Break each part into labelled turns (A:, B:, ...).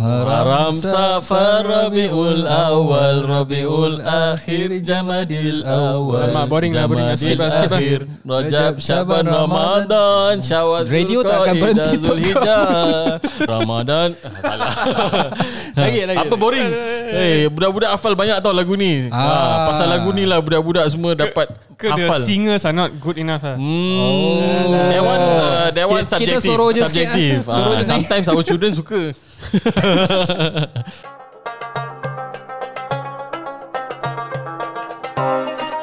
A: Muharram Safar Rabiul Awal Rabiul Akhir Jamadil Awal
B: Mak, boring lah, boring lah. Skip lah, skip lah.
A: Jamadil Akhir Rajab Syaban Ramadan Syawal
C: Radio tak akan berhenti untuk
A: Zulhijjah Ramadan ah, Salah Ah,
C: Lagi, lagi.
A: Apa boring Eh budak-budak hafal banyak tau lagu ni ah.
C: Ah.
A: Pasal lagu ni lah budak-budak semua dapat
B: Ke the
A: hafal
B: singers are not good enough eh. lah.
A: Hmm, that one, uh, that one
C: Oh. Kita-
A: subjective.
C: kita suruh je sikit,
A: subjective.
C: ah.
A: Ah,
C: Suruh je sikit.
A: sometimes our children suka.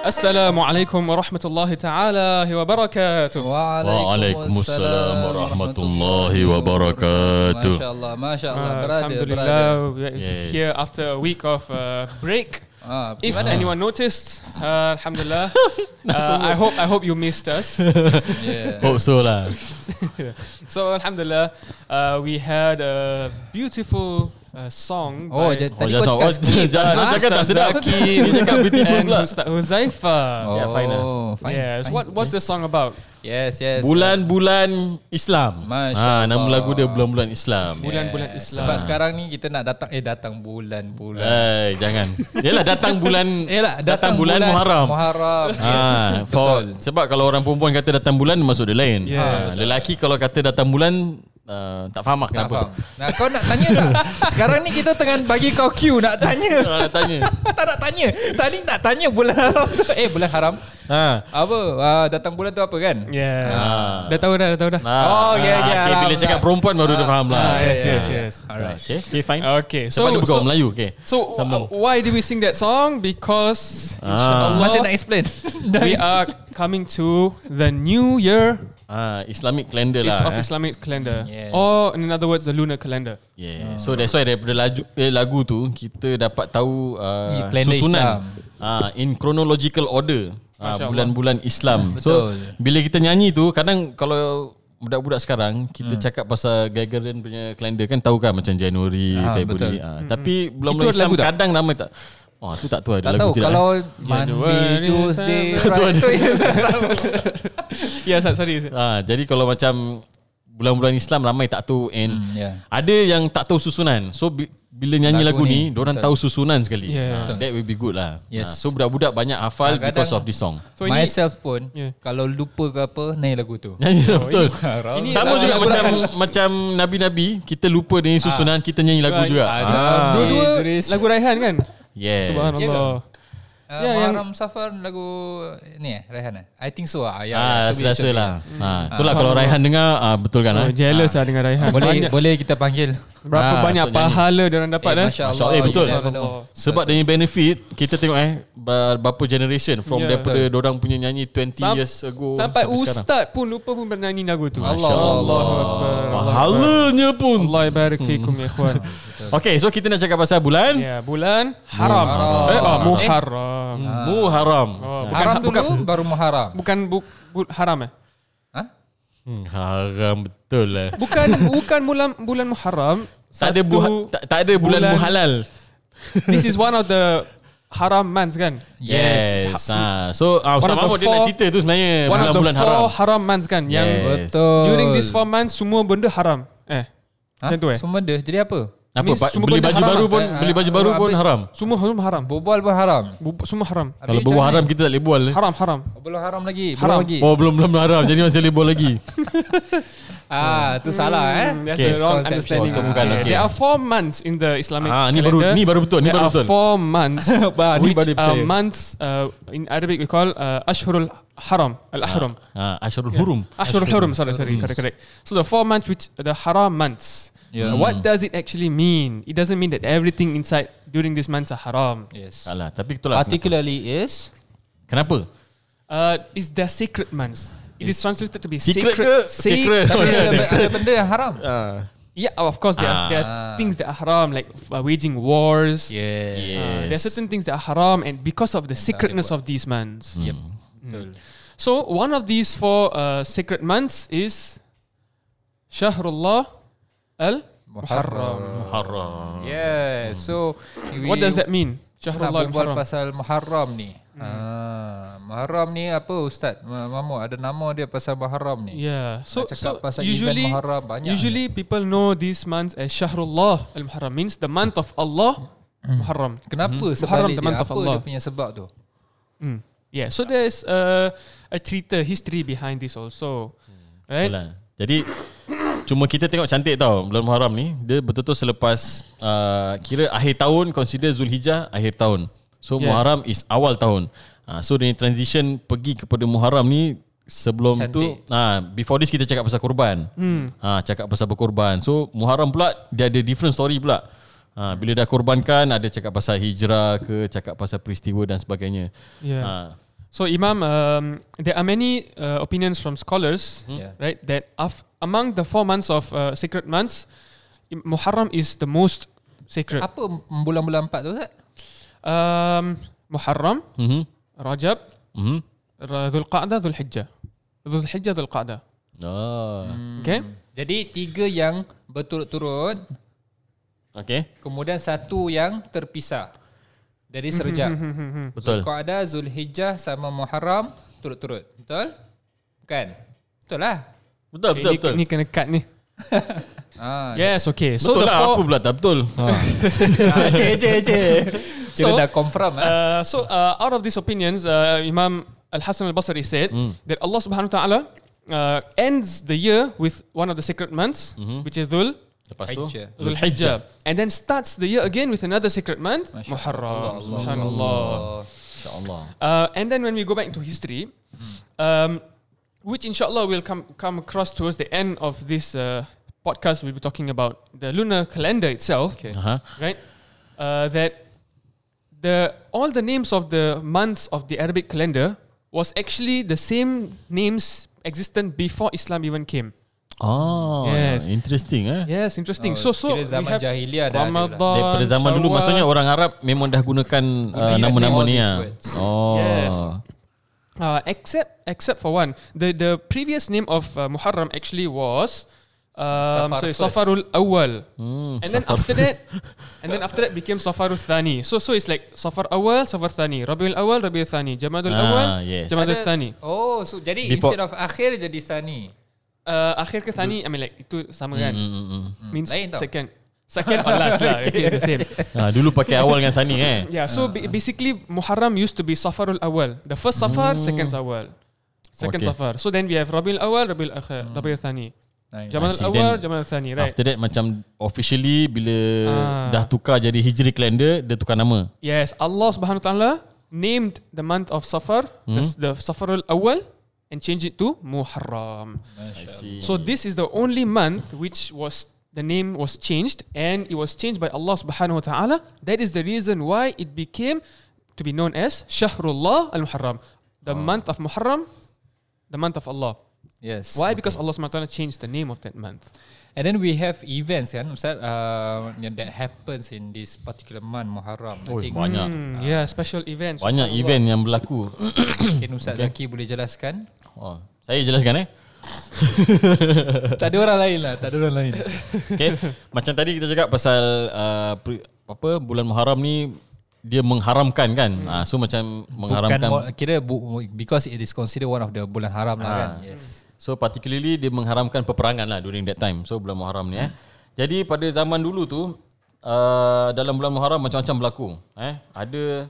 B: Assalamualaikum warahmatullahi taala wabarakatuh.
A: Waalaikumsalam warahmatullahi wabarakatuh.
C: Masya Allah, Masya Allah Berada, berada
B: Ah, Alhamdulillah, we are
A: Yes.
B: here after a week of uh, break.
C: Ah,
B: If
C: gimana?
B: anyone noticed, uh, Alhamdulillah. uh, I hope I hope you missed us.
C: Yeah.
A: Hope so lah.
B: so Alhamdulillah, uh, we had a beautiful uh, song.
C: Oh,
B: by
C: jadi tadi
A: just now.
C: kau cakap
A: Oh,
C: skip
A: just now
C: ah.
A: cakap tak sedap.
B: Zaki,
A: Dia cakap beautiful
B: and
A: pula.
B: Ustaz Huzaifa.
C: Oh,
A: Yeah, fine lah.
C: fine,
B: yes.
C: fine.
B: What What's the song about?
C: Yes, yes
A: Bulan-bulan Islam.
C: Masya
A: Ah, nama
C: Allah.
A: lagu dia bulan-bulan Islam.
B: Bulan-bulan
C: Yes,
B: Islam.
C: Sebab sekarang ni kita nak datang Eh, datang bulan-bulan
A: Eh, jangan. Yalah datang bulan
C: Eh lah,
A: datang, bulan, Muharram.
C: Muharram
A: Ah,
C: Yes,
A: for,
C: betul
A: sebab kalau orang perempuan kata datang bulan masuk dia lain. Ah,
B: Yeah.
A: lelaki kalau kata datang bulan ah, tak faham lah
C: Tak
A: kenapa.
C: faham. Nah, kau nak tanya tak? Sekarang ni kita tengah bagi kau cue nak tanya.
A: Orang nak tanya.
C: tak nak tanya. Tadi nak tanya bulan haram tu. Eh, bulan haram.
A: Ah.
C: Apa? Uh, datang bulan tu apa kan?
B: Yes.
A: Ah.
B: Dah tahu dah, dah tahu dah.
A: Ah,
C: Oh,
A: ah, okay,
C: okay, okay,
A: Bila
C: alhamdulillah.
A: cakap perempuan baru dia faham lah.
B: Ah, yes,
C: yeah,
B: yes,
C: yeah.
B: yes.
C: Alright.
A: Okay, okay fine.
B: Okay,
A: So,
B: so
A: Sebab dia
B: so,
A: bergaul Melayu. Okay.
B: so uh,
A: Sambung.
B: why do we sing that song? Because
A: Ah.
B: insyaAllah
C: Masih nak explain.
B: we are coming to the new year
A: Ah, Islamic calendar
B: is
A: lah. eh.
B: of Islamic calendar,
C: Yes.
B: or in other words, the lunar calendar.
C: Ah.
A: Yeah. So that's why daripada laju, eh, lagu tu kita dapat tahu
C: Ni
A: uh,
C: calendar Islam.
A: susunan uh, in chronological order uh,
B: Masya Allah.
A: bulan-bulan Islam. so
C: Betul.
A: bila kita nyanyi tu kadang kalau budak-budak sekarang kita hmm. cakap pasal Gregorian punya calendar kan tahu kan macam Januari,
C: Ah,
A: Februari.
C: betul. Hmm.
A: Uh, tapi bulan-bulan
C: Itu ada
A: Islam
C: lagu tak?
A: kadang nama tak. Oh, tu tak tahu ada
C: tak
A: lagu
C: tahu
A: tidak. eh.
C: kalau
B: Januari,
C: Monday, Tuesday,
A: February.
C: Friday. tu yang saya tahu.
B: yeah, so- sorry. sorry.
A: Ah, jadi kalau macam bulan-bulan Islam ramai tak tahu and
C: Hmm, yeah.
A: ada yang tak tahu susunan. So bi- bila nyanyi lagu,
C: Lagu
A: ni,
C: ni,
A: orang
C: betul.
A: tahu susunan sekali.
B: Yeah.
A: Ah, that will be good lah.
C: Yes.
A: Ah, so budak-budak banyak hafal
C: Kadang-kadang- Oh,
A: because of this song.
B: So ini,
C: Myself pun
B: Yeah.
C: kalau lupa ke apa naik lagu tu.
A: Nyanyi lah betul.
C: Ini
A: Sama
C: lagu-
A: juga
C: lagu-
A: macam macam nabi-nabi, kita lupa dengan susunan, kita nyanyi lagu
B: Right.
A: juga. Ah.
B: dua-dua
C: Idris.
B: lagu Raihan kan?
A: Yes. Kan,
B: Subhanallah.
C: Uh,
B: Ya, yang-
C: Muharram Safar lagu ni eh Rehan eh. I think so ah. Ya,
A: Ah,
C: ya, so it
A: rasa
C: should be.
A: lah. Ah, itulah kalau Raihan dengar, ah, betul kan? ah?
B: Oh, jealous lah dengan Raihan.
C: Boleh
B: Banyak-
C: boleh kita panggil.
A: Ah,
B: berapa banyak
A: untuk nyanyi.
B: pahala dia orang dapat
C: Eh,
B: eh?
C: Masya
A: Masya
C: Allah.
A: Allah, eh, betul.
C: you never know.
A: Sebab dia punya benefit Kita tengok eh Berapa generation From
B: Ya.
A: yeah, daripada Diorang punya nyanyi 20
B: Sam-
A: years ago
B: Sampai
A: Oh, sekarang.
B: ustaz pun lupa pun bernyanyi lagu tu.
C: Allah.
B: Allahu Akbar.
A: Pahalanya pun Hmm.
B: Allah barik fikum ya ikhwan.
A: Okay so kita nak cakap pasal bulan
B: Ya, bulan
A: Ha.
B: haram.
C: Muharram.
B: Eh, oh, Muharram.
A: Muharram
B: Oh, bukan
C: Haram
B: ha-
C: dulu
B: bukan
C: baru Muharram.
B: bukan bu, bu, haram eh.
C: Ha?
A: hmm, Haram betul lah
B: Bukan bukan bulan bulan Muharram.
A: tak ada, buha, tak, tak ada bulan,
B: bulan-
A: muhalal
B: This is one of the haram months kan?
A: Yes ha. So ah, Ustaz
B: One of the
A: Mahmud dia
B: four-
A: nak cerita tu sebenarnya
B: One of the
A: Bulan-bulan
B: four
A: Eh, haram
B: haram, months kan yang
A: Yes.
C: Betul.
B: during these four months semua benda haram. Eh.
C: ha?
B: Macam tu eh.
C: Semua dia. Jadi apa?
A: Apa
B: Ni
A: ba-
B: semua
A: beli
B: benda
A: baju
B: haram
A: baru
B: lah.
A: pun
C: Eh, eh,
A: Beli baju baru
C: apa-
A: pun haram
B: Semua semua haram.
C: Bobol pun haram.
B: Bu- Semua haram.
C: Habis
A: Kalau
C: macam
A: bawa haram
C: mana?
A: kita tak boleh bual eh.
B: Haram haram.
C: Belum haram lagi. Belum
B: Haram.
C: lagi.
A: Oh belum belum haram Jadi masih boleh bual lagi
C: Ah, tu salah eh.
B: Hmm, That's
A: Okay.
B: a wrong
C: Misconception.
B: understanding.
A: Oh,
B: Ah,
A: tu bukan,
B: Okay.
A: okay.
B: There are four months in the Islamic
A: Ah, ni baru-
B: calendar.
A: ni baru betul, ni
B: There
A: baru betul.
B: are four months
C: Bah, ni
B: which
C: baru
B: are
C: percaya.
B: months uh, in Arabic we call uh, Ashhurul Haram. Al-Haram.
A: ha, Asyarul Hurum
B: Ashurul Hurum, sorry, sorry, correct, correct. So the four months, which the haram months,
C: Yeah.
B: Uh, what does it actually mean? It doesn't mean that everything inside during these months are haram.
C: Yes.
A: Salah Tapi itulah
C: Particularly is
A: Kenapa?
B: Uh, it's their sacred months. It is translated to be
A: Secret
B: sacred.
A: ke? Secret.
C: tapi ada,
A: Secret.
C: ada benda yang haram.
B: Yeah, oh, of course, there, are, there
C: Ah.
B: are things that are haram, like uh, waging wars.
C: Yeah.
B: Uh, there are certain things that are haram, and because of the sacredness of these months. Yep.
C: Betul.
B: So one of these four uh, sacred months is Shahrullah al Muharram.
A: Haram
C: Yeah. So we
B: What does that Hmm. mean?
C: nak
B: Shahrullah al
C: berbual
B: Muharram.
C: pasal Muharram ni. Ah, Muharram ni apa Ustaz? Ma- Mamu ada nama dia pasal Muharram ni.
B: Yeah. So,
C: Nak cakap
B: so
C: pasal event
B: usually
C: Muharram banyak
B: usually people know these months as Shahrullah al-Muharram means the month of Allah Muharram.
C: Kenapa hmm.
B: Muharram
C: sebalik
B: the
C: dia?
B: month of
C: Apa
B: Allah.
C: dia punya sebab tu?
B: Mm. Yeah. So there's uh, a cerita history behind this also.
C: Hmm.
B: Right?
A: Yalah. Jadi cuma kita tengok cantik tau bulan Muharram ni dia betul-betul selepas uh, kira akhir tahun consider Zulhijjah akhir tahun. So
B: Yes.
A: yeah. Muharram is awal tahun. Uh, so dia transition pergi kepada Muharram ni sebelum
C: Cantik.
A: cantik. tu ah before this kita cakap pasal korban. Hmm. Ah cakap pasal berkorban. So Muharram pula dia ada different story pula. Ha, bila dah korbankan ada cakap pasal hijrah ke cakap pasal peristiwa dan sebagainya.
B: Yeah.
A: Ha,
B: So Imam, um, there are many uh, opinions from scholars,
C: Hmm. Yeah.
B: right? That af- among the four months of uh, sacred months, I- Muharram is the most sacred.
C: Apa m- bulan-bulan empat tu Ustaz?
B: Um, Muharram,
A: mhm.
B: Rajab,
A: Mhm.
B: Ra- Dhul Qa'dah, Dhul Hijjah, Dhul Hijjah, Dhul Qa'dah.
A: Ah.
C: Hmm.
B: Okay.
C: Jadi tiga yang berturut-turut,
A: Okay.
C: kemudian satu yang terpisah. Dari serjak.
B: Hmm,
A: Betul.
C: Zulqa'dah, Zulhijjah sama Muharram turut-turut. Betul? Kan? Betul lah.
A: Betul betul
B: okay
A: betul.
B: ni, ni kena cut ni.
C: Ah,
B: Yes, okay. So
A: betul
B: the
A: lah
B: four,
A: aku pula tak betul.
C: cik, cik, cik. ya. Kira
B: So,
C: dah confirm ah.
B: Uh, so uh, out of these opinions, uh, Imam Al Hasan Al Basri said that Allah Subhanahu Wa Taala uh, ends the year with one of the sacred months, which is Dhul
A: Lepas tu.
C: Hijjah.
B: Dhul Hijjah, and then starts the year again with another sacred month,
C: Masya
B: Muharram.
C: Allah,
B: Subhanallah.
C: Allah.
A: InsyaAllah.
B: Uh, and then when we go back into history, um, which inshallah will come come across towards the end of this uh, podcast, we'll be talking about the lunar calendar itself. Okay
A: Aha.
B: right? Uh, that the all the names of the months of the Arabic calendar was actually the same names existent before Islam even came.
A: Oh,
B: Yes. Ya
A: interesting eh.
B: Yes, interesting.
C: Oh,
B: so so
C: kira
B: we
C: zaman
B: have
C: jahiliah dah ada
B: Ramadan,
C: lah.
A: Daripada zaman dulu
B: Syawal.
A: maksudnya orang Arab memang dah gunakan uh,
C: These
A: nama-nama
C: names,
A: ni ah.
C: all these words.
A: Oh.
B: Yes. uh, except except for one. The the previous name of uh, Muharram actually was um,
C: Safar
B: sorry,
C: first.
B: Safarul Awal.
A: Hmm,
B: and then after that and then after that became Safarul Thani. So so it's like Safar Awal, Safar Thani, Rabiul Awal, Rabiul Thani, Jamadul
A: Ah,
B: Awal,
A: yes.
B: Jamadul Thani.
C: Oh, so jadi
A: Before-
C: instead of akhir jadi Sani.
B: uh, akhir ke tani I mean like itu sama kan
A: Hmm, hmm, hmm.
B: means
C: Lain tau.
B: second second or last lah okay. it's the same
A: Ah, dulu pakai awal dengan Sani eh.
B: yeah so ba- basically Muharram used to be Safarul Awal the first Safar second Safar second
A: Okay. Mm.
B: Safar so then we have Rabiul Awal Rabiul Akhir Rabiul Thani
C: Nah,
A: I
B: Jamal
A: see.
B: Awal
A: Then
B: Jamal Thani right
A: After that macam officially bila
B: Ah.
A: dah tukar jadi Hijri calendar dia tukar nama.
B: yes Allah Subhanahu Wa Taala named the month of Safar
A: Hmm?
B: the, the Safarul Awal and changed it to Muharram So this is the only month which was the name was changed and it was changed by Allah subhanahu wa ta'ala. That is the reason why it became to be known as Shahrullah al-Muharram, the
A: Ah.
B: month of Muharram, the month of Allah.
C: Yes.
B: Why? Because Allah subhanahu wa ta'ala changed the name of that month.
C: And then we have events kan Ustaz uh, yang that happens in this particular month Muharram.
A: Oh,
C: I think
A: banyak.
B: Hmm, yeah, special events.
A: Banyak event yang berlaku.
C: mungkin Ustaz Zaki boleh jelaskan.
A: Oh, saya jelaskan eh.
C: tak ada orang lain lah, tak ada orang lain.
A: Okay. Macam tadi kita cakap pasal uh, pri- apa bulan Muharram ni dia mengharamkan kan. Ah, so macam
C: Bukan
A: mengharamkan
C: mo- kira bu- because it is considered one of the bulan haram lah kan. Yes.
A: So particularly dia mengharamkan peperangan lah during that time. So bulan Muharram ni eh. Jadi pada zaman dulu tu uh, dalam bulan Muharram macam-macam berlaku eh. Ada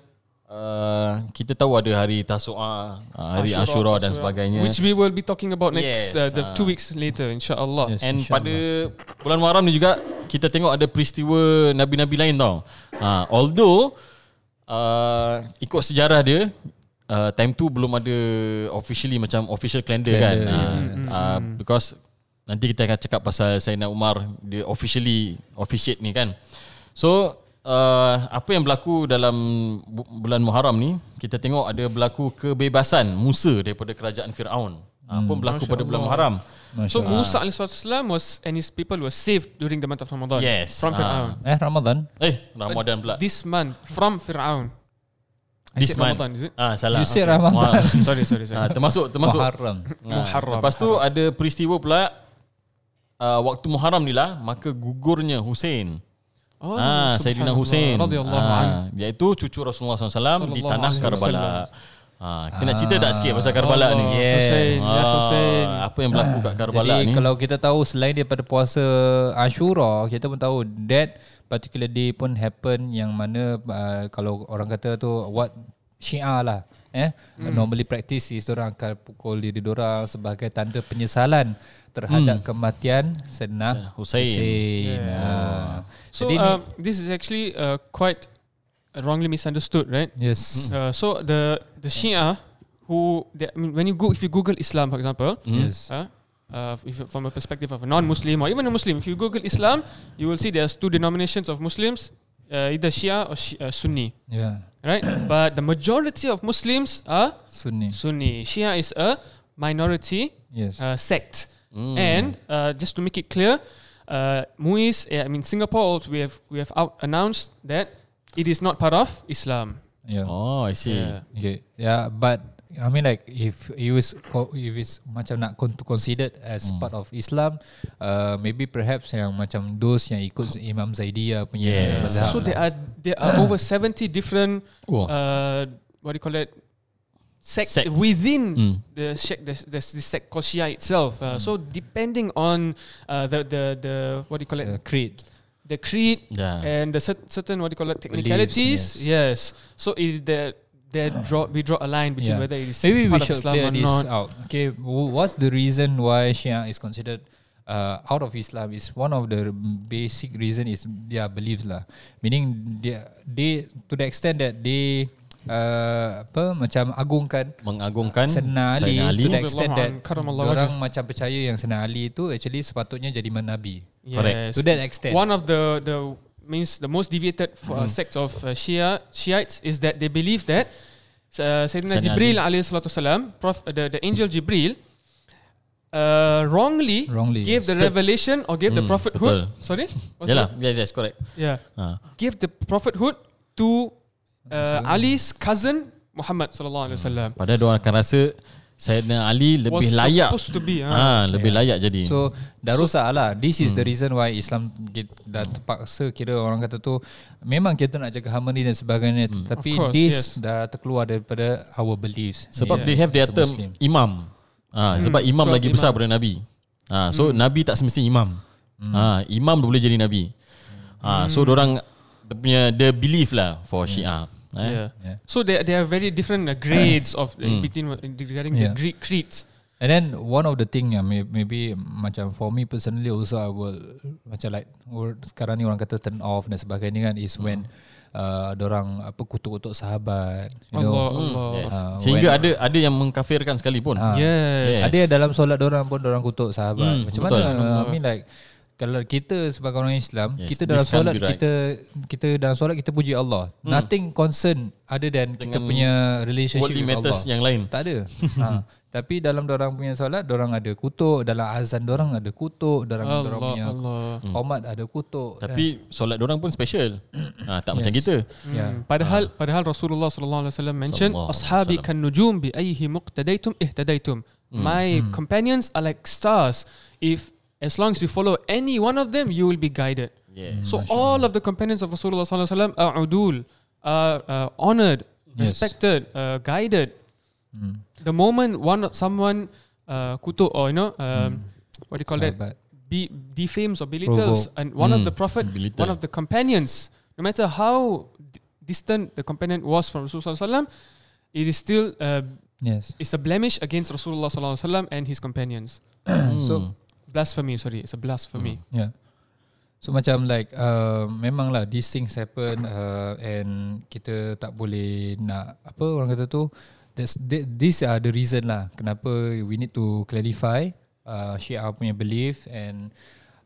A: uh, kita tahu ada hari Tasu'a, uh, hari Ashura, Ashura dan sebagainya.
B: Which we will be talking about next
A: Yes, ah.
B: uh, the two weeks later, inshallah.
A: And pada bulan Muharram ni juga kita tengok ada peristiwa nabi-nabi lain tau. Ha, although uh, ikut sejarah dia uh, time tu belum ada officially macam official calendar,
C: Calendar,
A: kan. Uh, uh, because nanti kita akan cakap pasal Sayyidina Umar dia officially officiate ni kan. So Uh, apa yang berlaku dalam bu- bulan Muharram ni kita tengok ada berlaku kebebasan Musa daripada kerajaan Firaun. Hmm. Apa yang berlaku pada bulan Muharram?
B: So
A: Ah.
B: Musa alaihi wasallam was and his people were saved during the month of Ramadan.
A: Yes, ah.
B: From Fir'aun.
C: Eh Ramadan.
A: Eh, Ramadan pula.
B: This month from Fir'aun. I
A: This
B: said
A: month.
B: Ramadan, is it?
A: Ah, salah.
C: You said Ramadan.
A: Wah.
B: sorry, sorry, sorry.
A: Ah, termasuk termasuk.
C: Muharram.
A: Ah,
B: Muharram.
A: Lepas tu ada peristiwa pula uh, waktu Muharram ni lah maka gugurnya Hussein.
B: Oh,
A: ah, Sayyidina
B: subhanallah.
A: Hussein.
B: radhiyallahu anhu.
A: ah, iaitu cucu Rasulullah SAW di
B: Sallallahu
A: tanah
B: alaihi
A: Karbala.
B: wasallam.
A: Ha, kena
C: Ah.
A: cerita tak sikit pasal Karbala ni?
C: Allah.
A: Yeah.
C: Yes.
B: Hussein, ya Hussein.
A: Ah, apa yang berlaku kat Karbala
C: Jadi
A: ni?
C: kalau kita tahu selain daripada puasa Ashura, kita pun tahu that particular day pun happen yang mana uh, kalau orang kata tu what Syiah lah eh
B: Hmm.
C: mm. normally practice is orang akan pukul diri orang sebagai tanda penyesalan terhadap mm. kematian Senah
A: Hmm. Hussein.
C: Hussein. Yeah.
B: So
C: Jadi ni-
B: uh, this is actually uh, quite wrongly misunderstood, right?
C: Yes.
B: Uh, so the the Shia who they, I mean, when you go if you Google Islam, for
A: Mm.
B: example,
C: Yes.
B: uh, uh, if, from a perspective of a non-Muslim or even a Muslim, if you Google Islam, you will see there's two denominations of Muslims, uh, either Shia or Shi- uh, Sunni,
C: Yeah.
B: right? but the majority of Muslims are
C: Sunni.
B: Sunni. Shia is a minority
C: Yes.
B: uh, sect. And uh, just to make it clear, uh, Muis, eh, I mean Singapore, also, we have we have out announced that it is not part of Islam.
C: yeah.
A: Oh, I see.
B: Yeah.
C: Okay. Yeah, but I mean like if you is co- if it's macam nak con- considered as part of Islam, uh, maybe perhaps yang macam those yang ikut Imam Zaidiyah punya
A: Yeah.
C: mazhab lah.
B: So there are there are over seventy different
A: Oh.
B: uh, what do you call it sects,
A: Sects.
B: within
A: Mm.
B: the sect. There's, there's this sect called Shia itself. Uh, So depending on uh, the the the what do you call it
C: uh, creed.
B: the creed
A: Yeah.
B: and the cer- certain what do you call
C: Ah.
B: it
C: Beliefs,
B: technicalities. yes. So is there there draw we draw a line
C: Yeah.
B: between whether it is
C: Maybe we
B: part of
C: should
B: Islam
C: clear
B: or
C: this
B: not.
C: out. Okay, wh- what's the reason why Shia is considered uh, out of Islam? Is one of the basic reason is their beliefs lah. Meaning they, they to the extent that they uh, apa macam agungkan
A: Mengagungkan
C: Sayyidina Ali,
A: Sayyidina
C: Ali to the
B: Radhiyallahu
C: extent that
B: anhu, karamallahu
C: orang macam percaya yang Sayyidina Ali itu actually sepatutnya jadi man nabi.
A: Correct.
B: Yes.
C: To that extent.
B: One of the the means the most deviated f-
C: Mm-hmm.
B: uh, sect of uh, Shia Shiites is that they believe that uh, Sayyidina
A: Sayyidina
B: Jibril alayhi salatu salam, prof, uh, the, the angel Jibril uh, wrongly,
C: Wrongly,
B: gave the
C: yes.
B: revelation or gave the
A: Mm,
B: prophethood.
A: betul.
B: Sorry? What's
A: Yalah,
B: that?
A: yes, yes, correct.
B: Yeah.
A: Ha.
B: Gave the prophethood to uh, Ali's cousin Muhammad sallallahu alaihi wasallam.
A: Padahal diorang akan rasa Sayyidina Ali lebih
B: Was
A: layak.
B: supposed to be. ah.
A: Ha, lebih layak jadi.
C: So dah rosak lah This is the reason why Islam ki- Dah terpaksa Kira orang kata tu Memang kita nak jaga harmony Dan sebagainya Tapi
B: Of course,
C: this
B: yes.
C: Dah terkeluar daripada Our beliefs
A: Sebab
B: Yeah.
A: yeah. they have their
C: As a
A: term
C: Muslim.
A: imam. Ha, sebab imam lagi
B: Sebab Hmm. imam. Hmm.
A: besar daripada nabi. Ha, so nabi tak semestinya imam. Ha, imam boleh jadi nabi. Ha,
B: Hmm.
A: so orang punya the belief lah for Syiah. Eh?
B: Yeah.
C: Yeah.
B: So there, there are very different uh, grades of
A: Mm.
B: in between uh, regarding
C: Yeah.
B: the Greek creeds.
C: And then one of the thing yang may- maybe macam for me personally also I will macam like or- sekarang ni orang kata turn off dan sebagainya kan is when uh, orang apa kutuk-kutuk sahabat you
B: Allah,
C: know
B: Allah.
A: Yes.
C: Ah,
A: Sehingga ada ada yang mengkafirkan sekalipun.
C: Ah.
B: Yes.
A: Yes.
C: Ada yang dalam solat orang pun orang kutuk sahabat.
A: Hmm,
C: Macam
A: betul.
C: mana? I mean like kalau kita sebagai orang Islam,
A: Yes,
C: yes, kita
A: this
C: dalam
A: can't
C: solat
A: be right.
C: kita kita dalam solat kita puji Allah. Hmm. Nothing concern other than kita
A: Dengan
C: punya relationship
A: Worldly
C: with
A: matters
C: Allah.
A: yang lain.
C: Tak ada. ha. Tapi dalam orang punya solat, orang ada kutuk, dalam azan orang ada kutuk, dalam orang
B: Allah,
C: punya
B: Allah.
C: qomat ada kutuk.
A: Hmm. Tapi solat orang pun special. ha, tak yes. macam kita.
C: ya.
B: Mm. Padahal padahal Rasulullah sallallahu alaihi wasallam mentioned
A: Ah. Sallallahu alaihi
B: ashabi
A: wasallam. Mm.
B: kan nujum bi ayhi muqtadaitum ihtadaitum.
C: Mm.
B: My companions are like stars. If as long as you follow any one of them you will be guided.
C: Mm,
A: Yes.
B: So all of the companions of Rasulullah sallallahu alaihi wasallam are udul, are uh, honored,
C: Yes.
B: respected, uh, guided.
C: Hmm.
B: The moment one of- someone uh, kutuk or you know
C: Hmm.
B: um, what do you call that?
C: Sahabat.
B: be defames or belittles
C: Provoke.
B: and one of
A: Mm,
B: the prophet
A: belittle.
B: one of the companions no matter how d- distant the companion was from Rasulullah SAW, it is still uh,
C: Yes.
B: it's a blemish against Rasulullah SAW and his companions
A: Hmm.
C: So
B: blasphemy sorry it's a blasphemy
C: Yeah. So macam like uh, memanglah these things happen uh, and kita tak boleh nak apa orang kata tu that's, that, these are the reason lah kenapa we need to clarify uh, Syiah punya belief and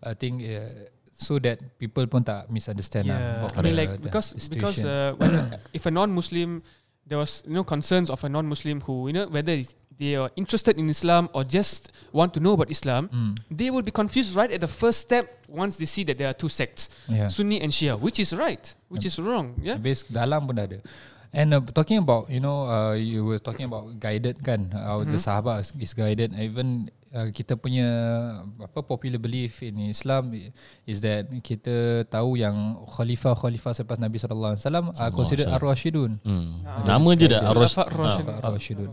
C: I think uh, so that people pun tak misunderstand
B: yeah
C: lah
B: I
C: the-
B: mean like
C: uh, the
B: because because
C: situation.
B: uh, when, if a non-Muslim there was you know concerns of a non-Muslim who you know whether it's- they are interested in Islam or just want to know about Islam
C: mm,
B: they will be confused right at the first step once they see that there are two sects
C: yeah.
B: Sunni and Shia, which is right, which is wrong. Yeah.
C: Habis dalam pun dah ada. And uh, talking about you know uh, you were talking about guided kan how mm-hmm. the sahabat is- is guided even uh, kita punya apa popular belief in Islam i- is that kita tahu yang khalifah khalifah selepas Nabi sallallahu alaihi wasallam are considered ar-rasyidun.
A: Hmm.
B: Ah,
A: Nama je dah Ah. Aros.
B: Khulafat Rashid.
C: Ar-rasyidun.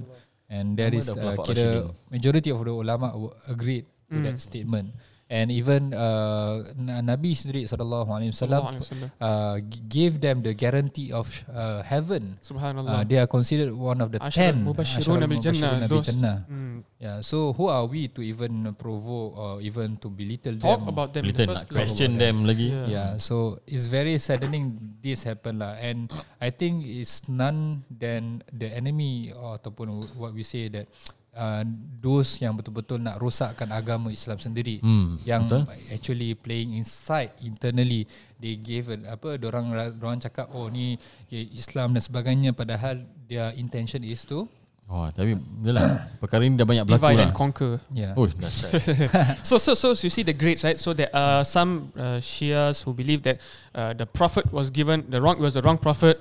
C: And there
A: Nama
C: is
A: dah
C: uh,
A: Khulafah
C: kira
A: Rashidun.
C: majority of the ulama w- agreed to that statement. And even uh, Na- Nabi sendiri sallallahu alaihi wasallam
B: Allahu Akbar.
C: uh, g- gave them the guarantee of uh, heaven. Uh,
B: Subhanallah.
C: they are considered one of the
B: Ashara
C: ten ashara
B: mubashiruna bil jannah,
C: mubashiruna bil
B: those-
C: jannah.
B: Mm.
C: Yeah. So who are we to even provoke or even to belittle
B: Talk
C: them?
B: about them in
A: Kita
B: the
A: nak
B: first place.
A: question them lagi.
B: Yeah.
C: yeah. So it's very saddening this happened lah, and I think it's none than the enemy or ataupun what we say that uh, those yang betul-betul nak rosakkan agama Islam sendiri
A: Hmm,
C: yang
A: betul.
C: actually playing inside internally they gave an, apa orang orang cakap oh ni Islam dan sebagainya padahal their intention is to
A: Oh, tapi yalah, perkara ini dah banyak berlaku
B: Divide
A: lah.
B: and conquer.
C: yeah
A: Oh, dahsyat.
B: So, so, so you see the grades, right? So there are some uh, Shias who believe that uh, the prophet was given the wrong was the wrong prophet.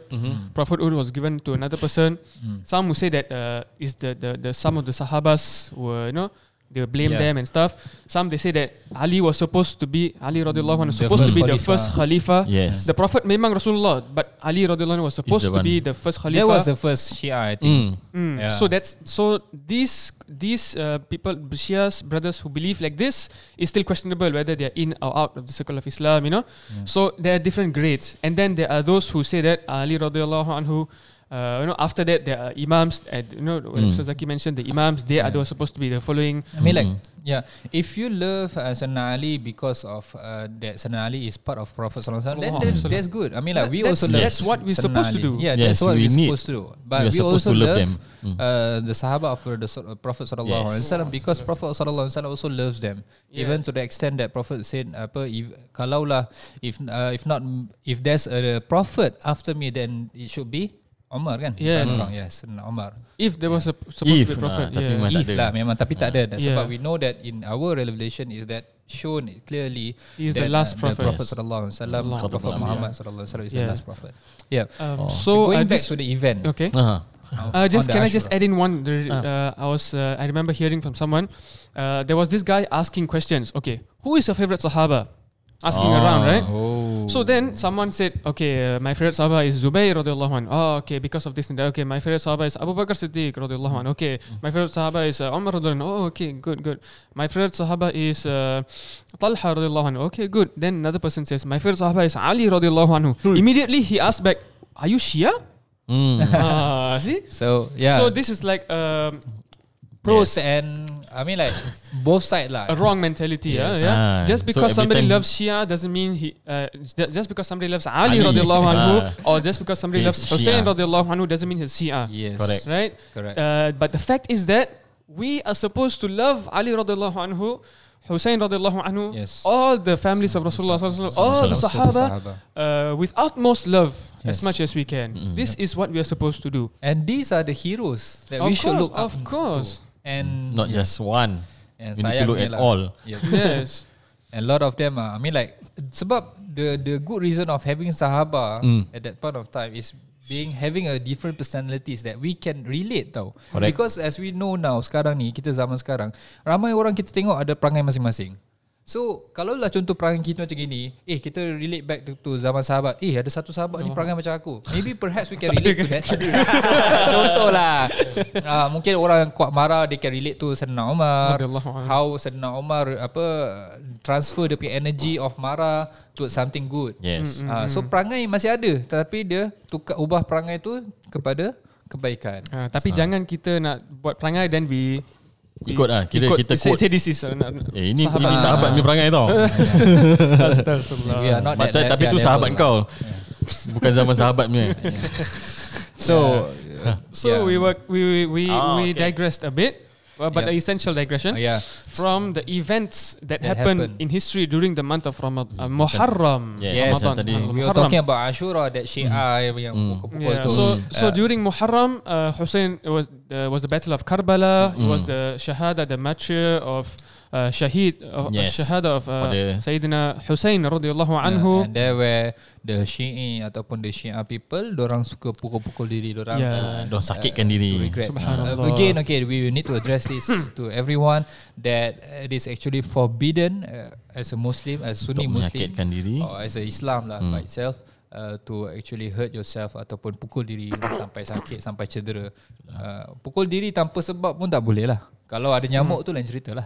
B: Prophethood was given to another person. Some who say that uh, is the, the the some of the Sahabas were you know they blame
C: Yeah.
B: them and stuff. Some they say that Ali was supposed to be Ali radiallahu anhu was
C: The
B: supposed to
C: first
B: be the
C: Khalifah.
B: first Khalifa.
A: Yes.
B: The prophet memang Rasulullah, but Ali radiallahu anhu was supposed
A: the
B: to be
A: one.
B: the first Khalifa.
C: that was the first Shia I think
A: Hmm.
B: Mm,
C: Yeah.
B: So that's so these these uh, people Shias brothers who believe like this is still questionable whether they are in or out of the circle of Islam. You know, so there are different grades, and then there are those who say that Ali radiallahu anhu. Uh, you know, after that there are imams. And, you know,
A: Mm.
B: mm. Zaki mentioned the imams. They are
C: Yeah.
B: those supposed to be the following.
C: I mean, like,
A: Mm.
C: yeah, if you love uh, Sayyidina Ali because of uh, that Sayyidina Ali is part of Prophet Sallallahu Alaihi Wasallam, then
B: Allah
C: that's,
B: Wasallam.
C: that's good. I mean, like, we
B: That's-
C: also love.
B: that's what we're
C: Sayyidina
B: supposed to
C: Ali.
B: do.
C: Yeah,
A: Yes,
C: that's what
A: we
C: we're
A: need-
C: supposed to do. But
A: we are
C: we,
A: supposed
C: also
A: to love
C: love,
A: them. Mm.
C: Uh, the Sahaba of the Sa- Prophet Sallallahu Alaihi
A: Yes.
C: Wasallam because Prophet Sallallahu Alaihi Wasallam also loves them,
B: Yeah.
C: even to the extent that Prophet said, "Apa if kalaulah if uh, if not if there's a prophet after me, then it should be." Omar kan? If
B: Yes.
C: I'm wrong, Yes, Sayyidina Omar.
B: If there was a supposed
A: If,
B: to be a prophet,
A: ah, tapi
B: yeah.
A: memang tak
C: If lah
A: ada.
C: memang tapi tak ada
B: Ah. Yeah.
C: sebab we know that in our revelation is that shown clearly
B: He is
C: that,
B: the last
C: uh,
B: prophet.
C: the prophet sallallahu alaihi wasallam
B: Allah.
C: prophet
A: Yeah.
C: Muhammad sallallahu alaihi wasallam is
B: Yeah.
C: the last prophet yeah
A: Oh.
B: Um, So uh,
C: going back
B: this,
C: to the event
B: okay.
A: Aha.
B: Uh,
C: on the
B: just
C: Ah.
B: can I just
C: Ashura.
B: add in one? The, uh, I was uh, I remember hearing from someone. Uh, there was this guy asking questions. Okay, who is your favorite Sahaba? Asking
A: Ah.
B: around, right?
C: oh
B: So then someone said, okay, uh, my favorite Sahaba is Zubayr radiallahu anhu. Oh, okay, because of this and that. Okay, my favorite Sahaba is Abu Bakr Siddiq radiallahu anhu. Okay, my favorite Sahaba is uh, Umar radiallahu anhu. Oh, okay, good, good. My favorite Sahaba is uh, Talha radiallahu anhu. Okay, good. Then another person says, my favorite Sahaba is Ali radiallahu anhu. Immediately he asked back, are you Shia?
A: Hmm.
B: Ah, see?
C: so yeah
B: So this is like um,
C: pros and I mean like both side lah
B: a wrong mentality. yeah,
C: Yes.
B: Yeah,
A: Ah,
B: just
A: so
B: because
A: every
B: somebody
A: time-
B: loves Shia doesn't mean he. Uh, ju- just because somebody loves Ali,
A: Ali.
B: radiallahu anhu,
A: Ah.
B: or just because somebody
A: He's
B: loves Hussein
A: Shia.
B: radiallahu anhu doesn't mean he's Shia.
C: yes
A: Correct.
B: Right.
C: correct
B: Uh, but the fact is that we are supposed to love Ali radiallahu anhu, Hussein radiallahu anhu,
C: Yes.
B: all the families of Rasulullah sallallahu alaihi wasallam, all the
C: Also
B: Sahaba, uh, with utmost love as
C: Yes.
B: much as we can.
A: Mm-hmm.
B: This is what we are supposed to do.
C: and these are the heroes that
B: Of
C: we should
B: course,
C: look up
B: of course.
C: to. and
A: Not
C: yeah,
A: just one.
C: and
A: We need to look at
C: sayangnya lah.
A: all.
C: yeah.
B: yes.
C: A lot of them are. I mean like sebab the the good reason of having sahaba
A: Mm.
C: at that point of time is being having a different personalities that we can relate tau.
A: Correct.
C: Because as we know now sekarang ni kita zaman sekarang ramai orang kita tengok ada perangai masing-masing. So kalau lah contoh perangai kita macam gini Eh kita relate back to, to zaman sahabat Eh ada satu sahabat ni perangai macam aku Maybe perhaps we can relate to that Contoh lah Ah, Mungkin orang kuat marah They can relate to Sayyidina Umar
B: Radhiyallahu anhu.
C: How Sayyidina Umar apa Transfer dia punya energy of marah To something good
A: Yes.
C: Ah, So perangai masih ada Tetapi dia tukar, Ubah perangai tu Kepada kebaikan
B: Uh, tapi jangan kita nak buat perangai then we
A: Ikut lah. Kira kita
B: say,
A: quote.
B: say this is uh, na-
A: Eh, ini
B: sahabat.
A: sahabat, ini sahabat punya perangai tau.
B: Astagfirullah.
C: We are not
A: Mata,
C: that,
A: tapi
C: that
A: tu
C: level
A: sahabat
C: lah.
A: kau. Bukan zaman sahabat punya.
C: So uh,
B: So we were we we we,
A: Ah,
B: we
A: okay. Ah,
B: digressed a bit, uh, but
C: Yeah.
B: the essential digression
C: uh, Yeah
B: from the events that,
C: That
B: happened,
C: happened.
B: in history during the month of Ramad- uh,
A: Mm,
B: Muharram.
A: Yes,
C: Yes,
A: yang tadi.
C: We
B: Subhanallah,
C: were
B: Muharram.
C: talking about Ashura That Syiah yang pukul-pukul
B: Hmm. Yeah.
C: tu
B: So so
C: Ah.
B: during Muharram,
A: Mm.
B: uh, Hussein it was uh, was the Battle of Karbala. It was the Shahada, the martyr of uh, shahid of
A: Yes.
B: yes. shahada of uh,
A: Pada-
B: Sayyidina Hussein radhiyallahu
C: Yeah,
B: anhu.
C: and there where the Shi'i ataupun the Shia people, orang suka pukul-pukul diri orang.
B: Yeah.
A: Dah sakitkan
C: to
A: diri.
C: regret.
B: Subhanallah.
C: Uh, again, okay, we will need to address this to everyone that it is actually forbidden uh, as a Muslim, as Sunni
A: Untuk
C: Muslim, Oh.
A: menyakitkan diri.
C: or as a Islam lah by itself. Uh, to actually hurt yourself ataupun pukul diri sampai sakit sampai cedera uh, pukul diri tanpa sebab pun tak boleh lah kalau ada nyamuk tu lain cerita lah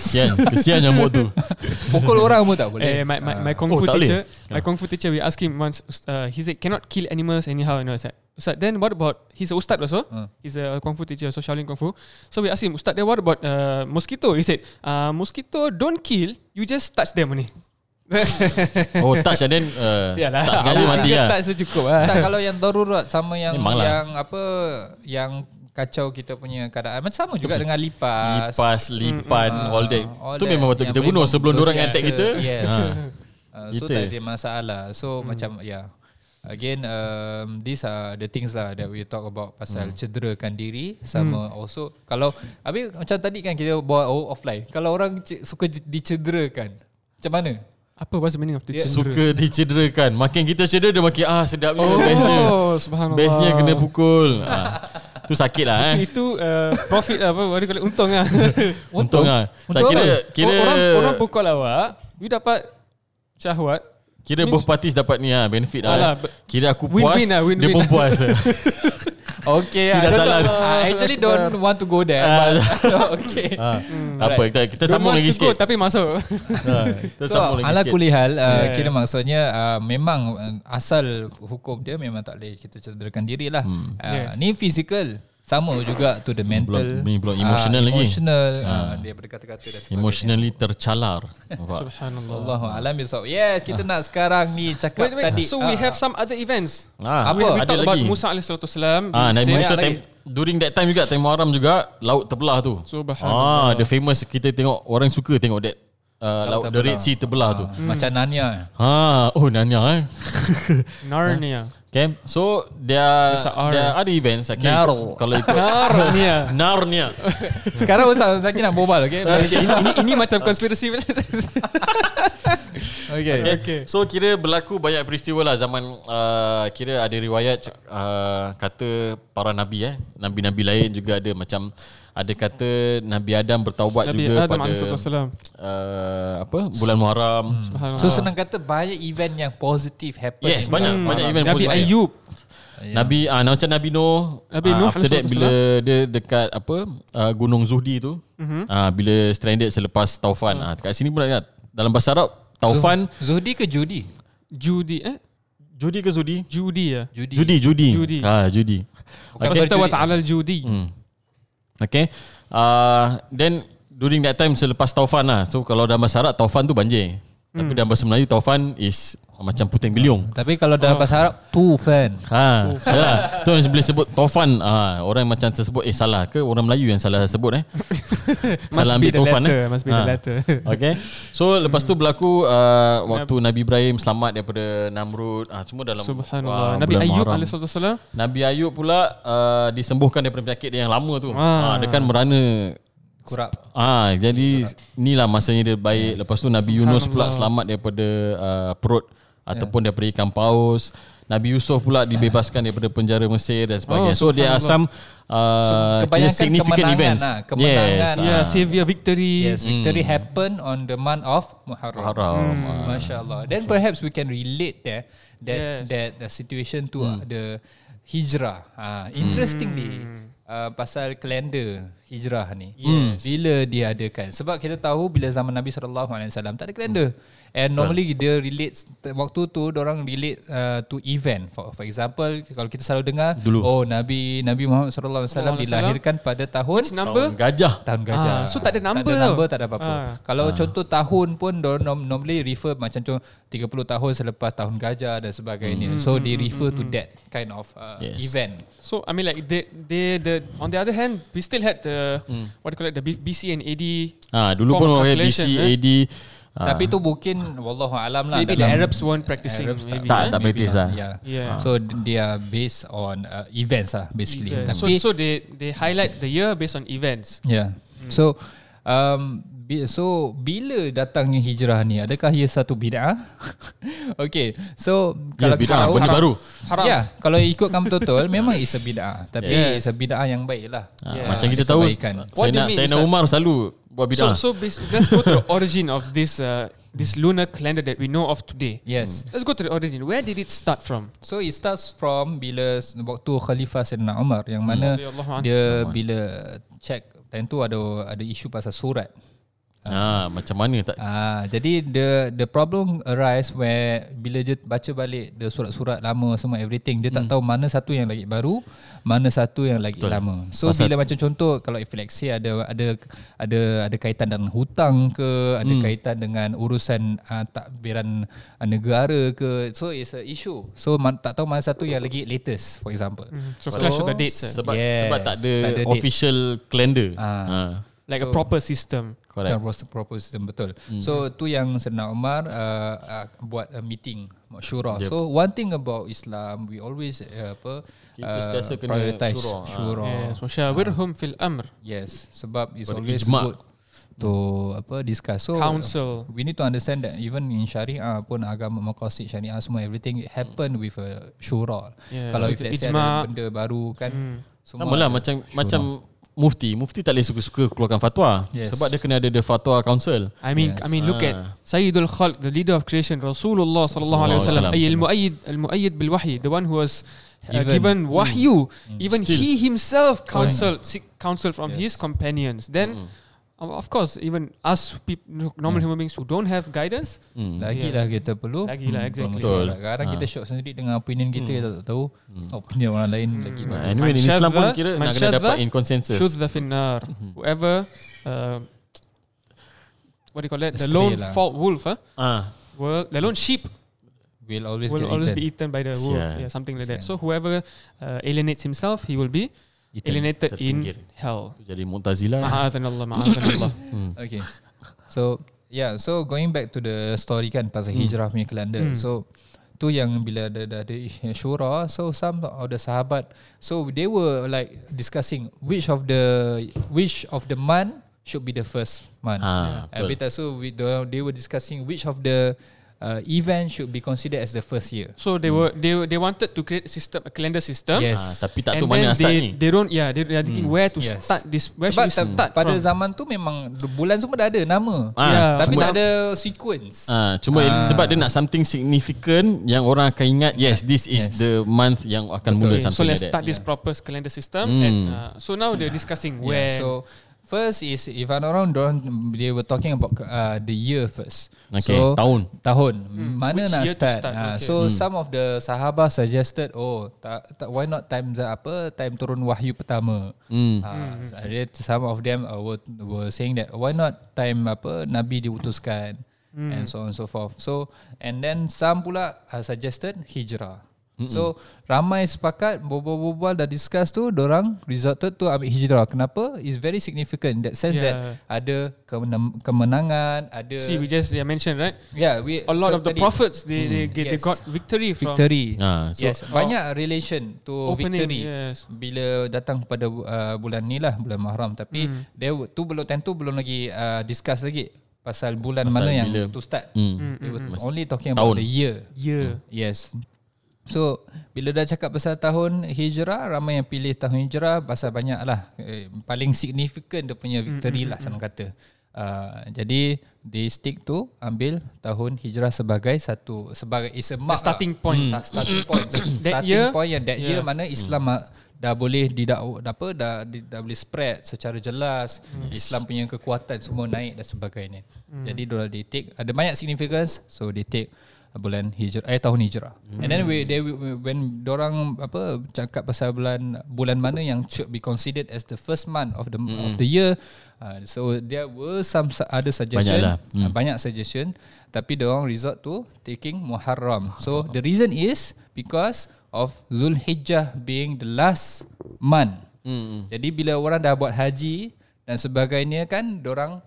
A: Kesian. Kesian nyamuk tu.
C: pukul orang pun tak boleh
B: Eh, my, my,
A: Ah.
B: my kung
A: Oh,
B: fu
A: tak boleh?
B: teacher, my kung fu teacher, we asked him once. Uh, he said cannot kill animals anyhow. You know, it's like, Ustad, then what about? He's a ustad also.
C: Ah.
B: He's a kung fu teacher, so Shaolin kung fu. So we asked him, Ustad, then what about uh, mosquito? He said, uh, mosquito don't kill. You just touch them only.
A: Oh touch and then uh,
B: Yalah.
A: tak sengaja mati
B: Tiga
A: lah.
B: Touch tu cukup lah.
C: tak kalau yang darurat sama yang
A: Memanglah.
C: yang apa yang kacau kita punya keadaan macam sama juga dengan lipas
A: Lipas, lipan,
C: Ah,
A: all that.
C: all Ya,
A: tu
C: that
A: memang patut
C: yang
A: kita
C: boleh
A: bunuh sebelum
C: menggosi
A: orang attack
C: rasa.
A: kita.
C: Yes.
A: Ha. Hmm.
C: Uh, so
A: Kita.
C: tak ada masalah. So macam yeah. Again um, these are the things lah that we talk about
A: Hmm.
C: pasal cederakan diri sama also kalau habis macam tadi kan kita buat offline. Kalau orang ce- suka je- dicederakan macam mana?
B: Apa what's the meaning of the
C: Yeah.
B: cendera?
A: Suka dicederakan. Makin kita cedera dia makin ah sedapnya oh. bestnya.
B: Oh, subhanallah.
A: Bestnya kena pukul. ha. Tu sakit lah eh.
B: Itu, itu uh, profit lah, apa, what do you call it? Untung lah.
A: Untung ah. Tak
C: Untung
A: kira
C: apa?
A: kira
B: orang orang pukul awak, you dapat syahwat.
A: kira both parties dapat ni ah benefit
B: Alah,
A: lah.
B: but-
A: Kira aku puas,
B: Win-win lah,
A: dia
B: win-win.
A: pun puas.
C: Okay, I,
A: Tidak
C: don't
A: salah.
C: know. I actually don't want to go there.
A: Ah.
C: but- okay.
A: ha. Tak apa kita, kita
B: Hmm, Don't
A: sambung
B: want
A: lagi
B: to go,
A: sikit.
B: Tapi masuk.
A: Ha. Kita
C: So
A: sambung
C: ala
A: lagi sikit.
C: kulihal uh,
B: Yes.
C: kira maksudnya uh, memang uh, asal hukum dia memang tak boleh kita cederakan dirilah. Hmm.
B: Yes.
C: Uh, yes. ni physical sama juga to the mental.
A: Belum- ni belum emotional lagi. Ha.
C: Emotional uh, daripada kata-kata dan sebagainya.
A: Emotionally tercalar. Nampak?
B: Subhanallah.
C: Allahu alam bisawab. Yes,
A: Ha.
C: kita nak sekarang ni cakap
B: Wait, wait.
C: tadi. Ah,
B: So we have some other events.
A: Ha,
C: Apa?
B: We
A: Ah. ada
B: talk about
A: lagi?
B: Musa alaihi salatu wasalam.
A: Ah, Nabi
B: Said-
A: Musa
C: lagi.
A: time, during that time juga time Muharram juga laut terbelah tu.
B: Subhanallah.
A: Ah, the famous kita tengok orang suka tengok that uh, laut, the
C: terbelah.
A: Red Sea terbelah tu.
C: uh, macam
B: Hmm.
C: Nanya.
B: Ah.
A: Ha, oh Nanya eh.
B: Narnia.
A: okay, so there
B: It's a R.
A: there are events okay.
C: Naro.
A: Kalau ikut
B: Narnia.
A: Narnia.
C: Sekarang Ustaz Zaki nak bobal okay?
B: ini, ini macam konspirasi.
C: okay.
B: okay.
A: So kira berlaku banyak peristiwa lah zaman uh, kira ada riwayat cak- uh, kata para nabi eh, nabi-nabi lain juga ada macam ada kata Nabi Adam bertaubat
B: Nabi
A: juga
B: Adam
A: pada
B: alaihi wasallam.
A: uh, apa bulan Muharram.
B: Hmm.
C: So senang kata banyak event yang positif happen.
A: Yes,
C: in
A: banyak
C: dalam
A: banyak
C: malam.
A: event
B: Nabi
A: positif.
B: Ayub.
A: Yeah. Nabi ah uh, macam Nabi Nuh.
B: Nabi
A: Ah,
B: Nuh,
A: after that
B: alaihissalatu
A: bila dia dekat apa uh, Gunung Zuhdi tu.
B: Mhm.
A: Mm-hmm. Uh, bila stranded selepas taufan.
B: Hmm.
A: Ah dekat sini pula kan. Dalam bahasa Arab taufan
C: Zuhdi ke Judi?
B: Judi eh?
A: Judi ke Zudi?
B: Judi ya.
C: Judi.
A: Judi Judi.
B: Judi.
A: Ah Judi. Okay.
B: Fastawa ta'ala al-judi.
A: Hmm. Okay. Uh, then during that time selepas taufan lah. So kalau dalam bahasa Arab taufan tu banjir. Tapi
B: Hmm.
A: dalam bahasa Melayu taufan is macam puting beliung.
C: Tapi kalau
A: Oh.
C: dalam bahasa Arab Tufan.
A: Ha, yalah. Tu orang boleh sebut Taufan. Ha, orang macam tersebut eh salah ke orang Melayu yang salah sebut eh? salah ambil
B: be the
A: Taufan
B: latter,
A: eh.
B: must be the latter.
A: Okay. So lepas tu berlaku uh, waktu Nabi Ibrahim selamat daripada Namrud. Ah semua dalam ah,
B: Subhanallah.
A: bulan
B: Nabi Ayub
A: Muharram.
B: alaihi salatu wasalam.
A: Nabi Ayub pula uh, disembuhkan daripada penyakit dia yang lama tu.
B: Ah.
A: Ah, dia kan merana
C: Kurap.
A: Ah, jadi inilah masanya dia baik. Lepas tu Nabi Yunus pula selamat daripada uh, perut ataupun daripada ikan paus. Nabi Yusuf pula dibebaskan daripada penjara Mesir dan sebagainya.
B: Oh,
A: so there are some uh, kira
C: Kebanyakan
A: significant
C: kemenangan
A: events.
C: lah, kemenangan
A: yes.
C: lah.
A: ah.
B: Yeah, Ya, savior victory.
C: Yes, victory happened on the month of Muharram.
A: Haram.
C: Hmm.
A: ah.
C: Masya Allah. Then perhaps we can relate there that
B: Yes.
C: that the situation to uh, the hijrah. Ah, interestingly, uh, pasal kalender hijrah ni. Yes. Bila diadakan? Sebab kita tahu bila zaman Nabi sallallahu alaihi wasallam tak ada kalender. And normally dia relate waktu tu orang relate uh, to event. For, for example, kalau kita selalu dengar
A: Dulu.
C: oh Nabi Nabi Muhammad sallallahu alaihi wasallam
B: Sallallahu alaihi wasallam.
C: dilahirkan pada tahun
B: Which
A: Tahun
B: number?
A: gajah.
C: tahun gajah.
B: Ah, so tak ada number
C: tak ada
B: tau.
C: number, tak ada apa-apa.
B: Ah.
C: Kalau contoh tahun pun dia norm- normally refer macam contoh 30 tahun selepas tahun gajah dan sebagainya.
B: Hmm,
C: So they refer to that kind of uh,
A: Yes.
C: event.
B: So I mean, like they, they, the on the other hand, we still had the
A: Hmm.
B: what do you call it, the B- BC and AD.
A: Ah, dulu
B: form
A: pun
B: of
A: orang
B: calculation,
A: BC,
B: eh?
A: AD. ah.
C: Tapi tu mungkin wallahu alam lah.
B: Maybe the
C: dalam-
B: Arabs weren't practicing.
C: Arabs
B: maybe,
A: tak-
B: eh?
A: tak
C: maybe
A: practice
C: not.
A: lah.
C: Yeah.
B: Yeah.
C: So they are based on uh, events lah basically.
B: Event.
C: Tapi
B: So, so they they highlight the year based on events.
C: Yeah. So Um, bi- so bila datangnya hijrah ni? Adakah ia satu bid'ah? okay. So
A: Ya, bid'ah, benda baru.
C: Haram. Ya, kalau ikutkan betul-betul memang it's a bid'ah. Tapi yes. it's a bid'ah yang baik lah.
A: Yeah.
B: Yeah.
A: ah, Macam kita tahu
C: Kebaikan.
B: What do you
A: Sayyidina,
B: mean,
A: Sayyidina
B: Ustaz?
A: Umar selalu buat
B: So,
A: bid'ah.
B: so bas- let's go to the origin of this uh, this lunar calendar that we know of today.
C: Yes.
B: Let's go to the origin. Where did it start from?
C: So it starts from bila s- waktu Khalifah Sayyidina Umar yang mana
B: Radhiyallahu anhu.
C: dia bila check time tu ada ada isu pasal surat.
A: Ah, macam mana tak
C: Ah, jadi the the problem arise where bila dia baca balik the surat-surat lama semua everything dia tak tahu mana satu yang lagi baru, mana satu yang lagi lama. So Pasal bila macam contoh kalau epilepsi ada ada ada ada kaitan dengan hutang ke, ada hmm. kaitan dengan urusan uh, takbiran ah, negara ke. So it's a issue. So man, tak tahu mana satu yang lagi latest for example.
B: So, clash of the dates. uh,
A: sebab yes,
C: Yes,
A: sebab tak ada,
C: tak ada date.
A: official calendar.
C: Ah.
A: Ha.
B: like a proper system.
A: Correct.
C: Yang roster proper system betul. Hmm. So tu yang Sayyidina Umar uh, uh, buat a meeting syura. Yep. So one thing about Islam we always uh, apa
A: Kita sentiasa kena
C: prioritize
A: syura.
C: syura. syura.
B: Yes, وشاورهم في الأمر.
C: Yes, sebab it's
A: Pada
C: always
A: ijma'.
C: good to apa discuss. So
B: Council.
C: we need to understand that even in syariah pun agama maqasid syariah semua everything it happen with a syura.
B: Yeah,
C: Kalau
B: so
C: if let's
B: it's
C: say ada
B: ijma'.
C: benda baru kan hmm.
A: Sama lah macam macam mufti. Mufti tak boleh suka-suka keluarkan fatwa yes.
C: Yes.
A: sebab dia kena ada the fatwa council.
B: I mean, I mean, look at Sayyid al-Khalq, the leader of creation, Rasulullah sallallahu alaihi wasallam,
A: Sallallahu alaihi
B: أي المؤيد المؤيد بالوحي, the one who was uh,
C: Given.
B: given wahyu. Even
A: Still.
B: he himself counseled, seek counsel from his companions. Then, uh, of course, even us peop- normal human beings who don't have guidance,
A: Hmm.
C: Lagilah yeah. lah kita perlu
B: Lagilah,
C: Hmm,
B: lah, exactly.
A: Betul. Ah.
C: Betul Kadang-kadang ha. kita shock sendiri Dengan opinion kita Kita tak tahu Opinion orang lain
B: Hmm.
C: Lagi
A: Nah,
C: bagus
A: anyway, in Islam pun
B: Mansyadha-
A: kira nak kena
B: Mansyadha
A: dapat in consensus.
B: shudda fin nar. Whoever, uh, what do you call it? The
C: Astray
B: lone
C: lah.
B: fault wolf, huh?
A: Ah,
B: Well, the lone sheep
C: Will always
B: will
C: get
B: always
C: eaten.
B: be eaten by the wolf.
A: Yeah.
B: Yeah, something like that.
C: Yeah.
B: So whoever uh, alienates himself, he will be
C: Eaten.
B: alienated in
A: Terpinggir.
B: hell.
A: tu jadi Mu'tazilah.
B: Ma'adhan Allah, ma'adhan Allah.
C: Okay So Yeah so going back to the story
A: Hmm.
C: kan Pasal hijrah punya calendar
B: Hmm.
C: So tu yang bila ada ada, ada ish- syura so some of the sahabat so they were like discussing which of the which of the month should be the first month
A: Ah,
C: Every
A: betul.
C: time, so we, they were discussing which of the uh, event should be considered as the first year
B: So they were they were- they wanted to create a system, a calendar system.
C: Yes.
A: Ah, tapi tak tahu
B: and
A: mana
B: then
A: nak start
B: they,
A: ni.
B: they don't yeah they, they are thinking where to
C: Yes.
B: start this where
C: Sebab
B: should we
C: ta-
B: start
C: pada
B: from?
C: zaman tu memang bulan semua dah ada nama.
A: Ah,
B: Yeah.
C: Tapi
A: cuma-
C: tak ada sequence.
A: Ah, cuma ah. sebab dia nak something significant yang orang akan ingat yes this is yes.
C: Yes.
A: the month yang akan mula
B: Okay,
A: something
B: so let's
A: like
B: start
A: that.
B: this proper calendar system.
A: Mm.
B: And, uh, so now they're discussing where.
C: Yeah, so first is if I'm not wrong, dorang, they were talking about uh, the year first.
A: Okay,
C: so,
A: tahun.
C: Tahun. Mana
B: Hmm, Which
C: nak
B: year to
C: start?
B: start,
C: Ah,
B: okay.
C: So some of the sahabah suggested, oh, ta, ta, why not time za- apa time turun wahyu pertama.
A: Hmm.
C: Ah, ada some of them uh, were, were saying that why not time apa Nabi diutuskan
B: Hmm.
C: and so on and so forth. So and then some pula uh, suggested hijrah. So ramai sepakat berbual-bual dah discuss tu orang resulted tu ambil hijrah. Kenapa? It's very significant that sense
B: Yeah.
C: that ada kemenang- kemenangan, ada
B: see, we just yeah, mentioned right.
C: yeah, we
B: A lot
C: so
B: of the
C: tadi
B: prophets they they, get, they
C: Yes.
B: got victory from
C: victory.
A: Ah, so
C: yes, banyak relation to
B: opening.
C: victory
B: Yes.
C: bila datang pada uh, bulan ni lah bulan Muharram tapi hmm. dia tu belum tentu belum lagi uh, discuss lagi pasal bulan
A: Pasal
C: pasal mana yang
A: bila.
C: to start.
A: Hmm.
C: They were only talking
A: Tahun.
C: about the year.
B: Yeah.
C: Yes. So bila dah cakap pasal tahun hijrah ramai yang pilih tahun hijrah pasal banyak lah eh, paling significant dia punya victory lah senang kata. Uh, jadi they stick to ambil tahun hijrah sebagai satu sebagai is a mark lah.
B: starting point.
C: Ta- starting point
B: Hmm. That
C: starting
B: year,
C: point yang that year
B: yeah. Hmm.
C: mana Islam ah, dah boleh didakwa dah apa dah, di- dah boleh spread secara jelas
B: Hmm.
C: Islam punya kekuatan semua naik dan sebagainya. Jadi dorang they take ada banyak significance so they take bulan hijrah eh tahun hijrah. And then we, they we- when dorang apa cakap pasal bulan bulan mana yang should be considered as the first month of the
B: Hmm.
C: of the year uh, so there were some su- other suggestion
A: Banyaklah.
C: Uh, banyak suggestion tapi dia orang resort to taking Muharram so the reason is because of Zulhijjah being the last month
A: Hmm,
C: mm. jadi bila orang dah buat haji dan sebagainya kan dia orang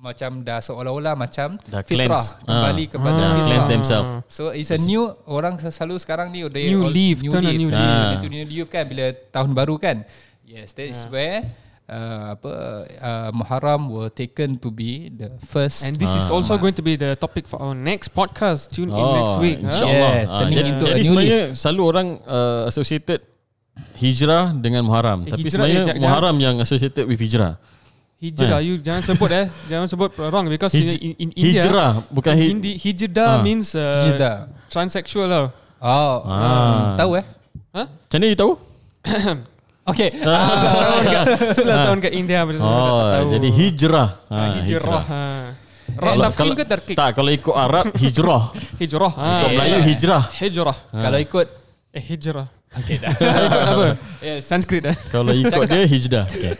C: macam dah seolah-olah macam
A: Dah
C: fitrah
A: cleanse.
C: kembali
A: Ah.
C: kepada
A: Ah.
C: fitrah
A: Cleanse themselves.
C: So it's a new orang selalu sekarang ni they all-
B: New leaf, turn a new
A: lah, leaf.
C: Itu new leaf kan bila tahun baru kan. Yes, that is where uh, apa uh, Muharram were taken to be the first
B: And this
A: Ah,
B: is also going to be the topic for our next podcast. Tune in next
A: Oh,
B: week. huh?
A: InsyaAllah Ah,
C: Yes, turning
A: jadi,
C: into a
A: jadi
C: new
A: sebenarnya Selalu orang uh, Associated Hijrah dengan Muharram
B: Eh,
A: Tapi
B: hijrah,
A: sebenarnya
B: eh, jap, jap.
A: Muharram yang associated with Hijrah
B: Hijrah, you jangan sebut eh, jangan sebut wrong
A: Ah.
B: because
A: Hij-
B: in, in India,
A: Hijrah Bukan
B: in
A: hi-
B: Indi,
A: Ah.
B: hijrah means uh,
C: Hijrah.
B: transsexual lah.
C: oh
A: Ah.
C: ah. tahu eh
A: Macam mana you tahu?
C: okay
A: Ah,
B: 11 tahun kat India betul
A: oh, jadi hijrah ha,
B: hijrah. Ha. Ra
A: Kalau-
B: tafkhim
A: kalau-
B: ke tarkik?
A: Tak, lah. kalau ikut Arab Hijrah
B: Hijrah. Ha.
A: Kalau Melayu hijrah
B: Hijrah.
C: kalau ikut
B: Eh hijrah. Okay dah. Ikut apa?
C: yes
B: Sanskrit eh.
A: Kalau ikut dia hijrah okay.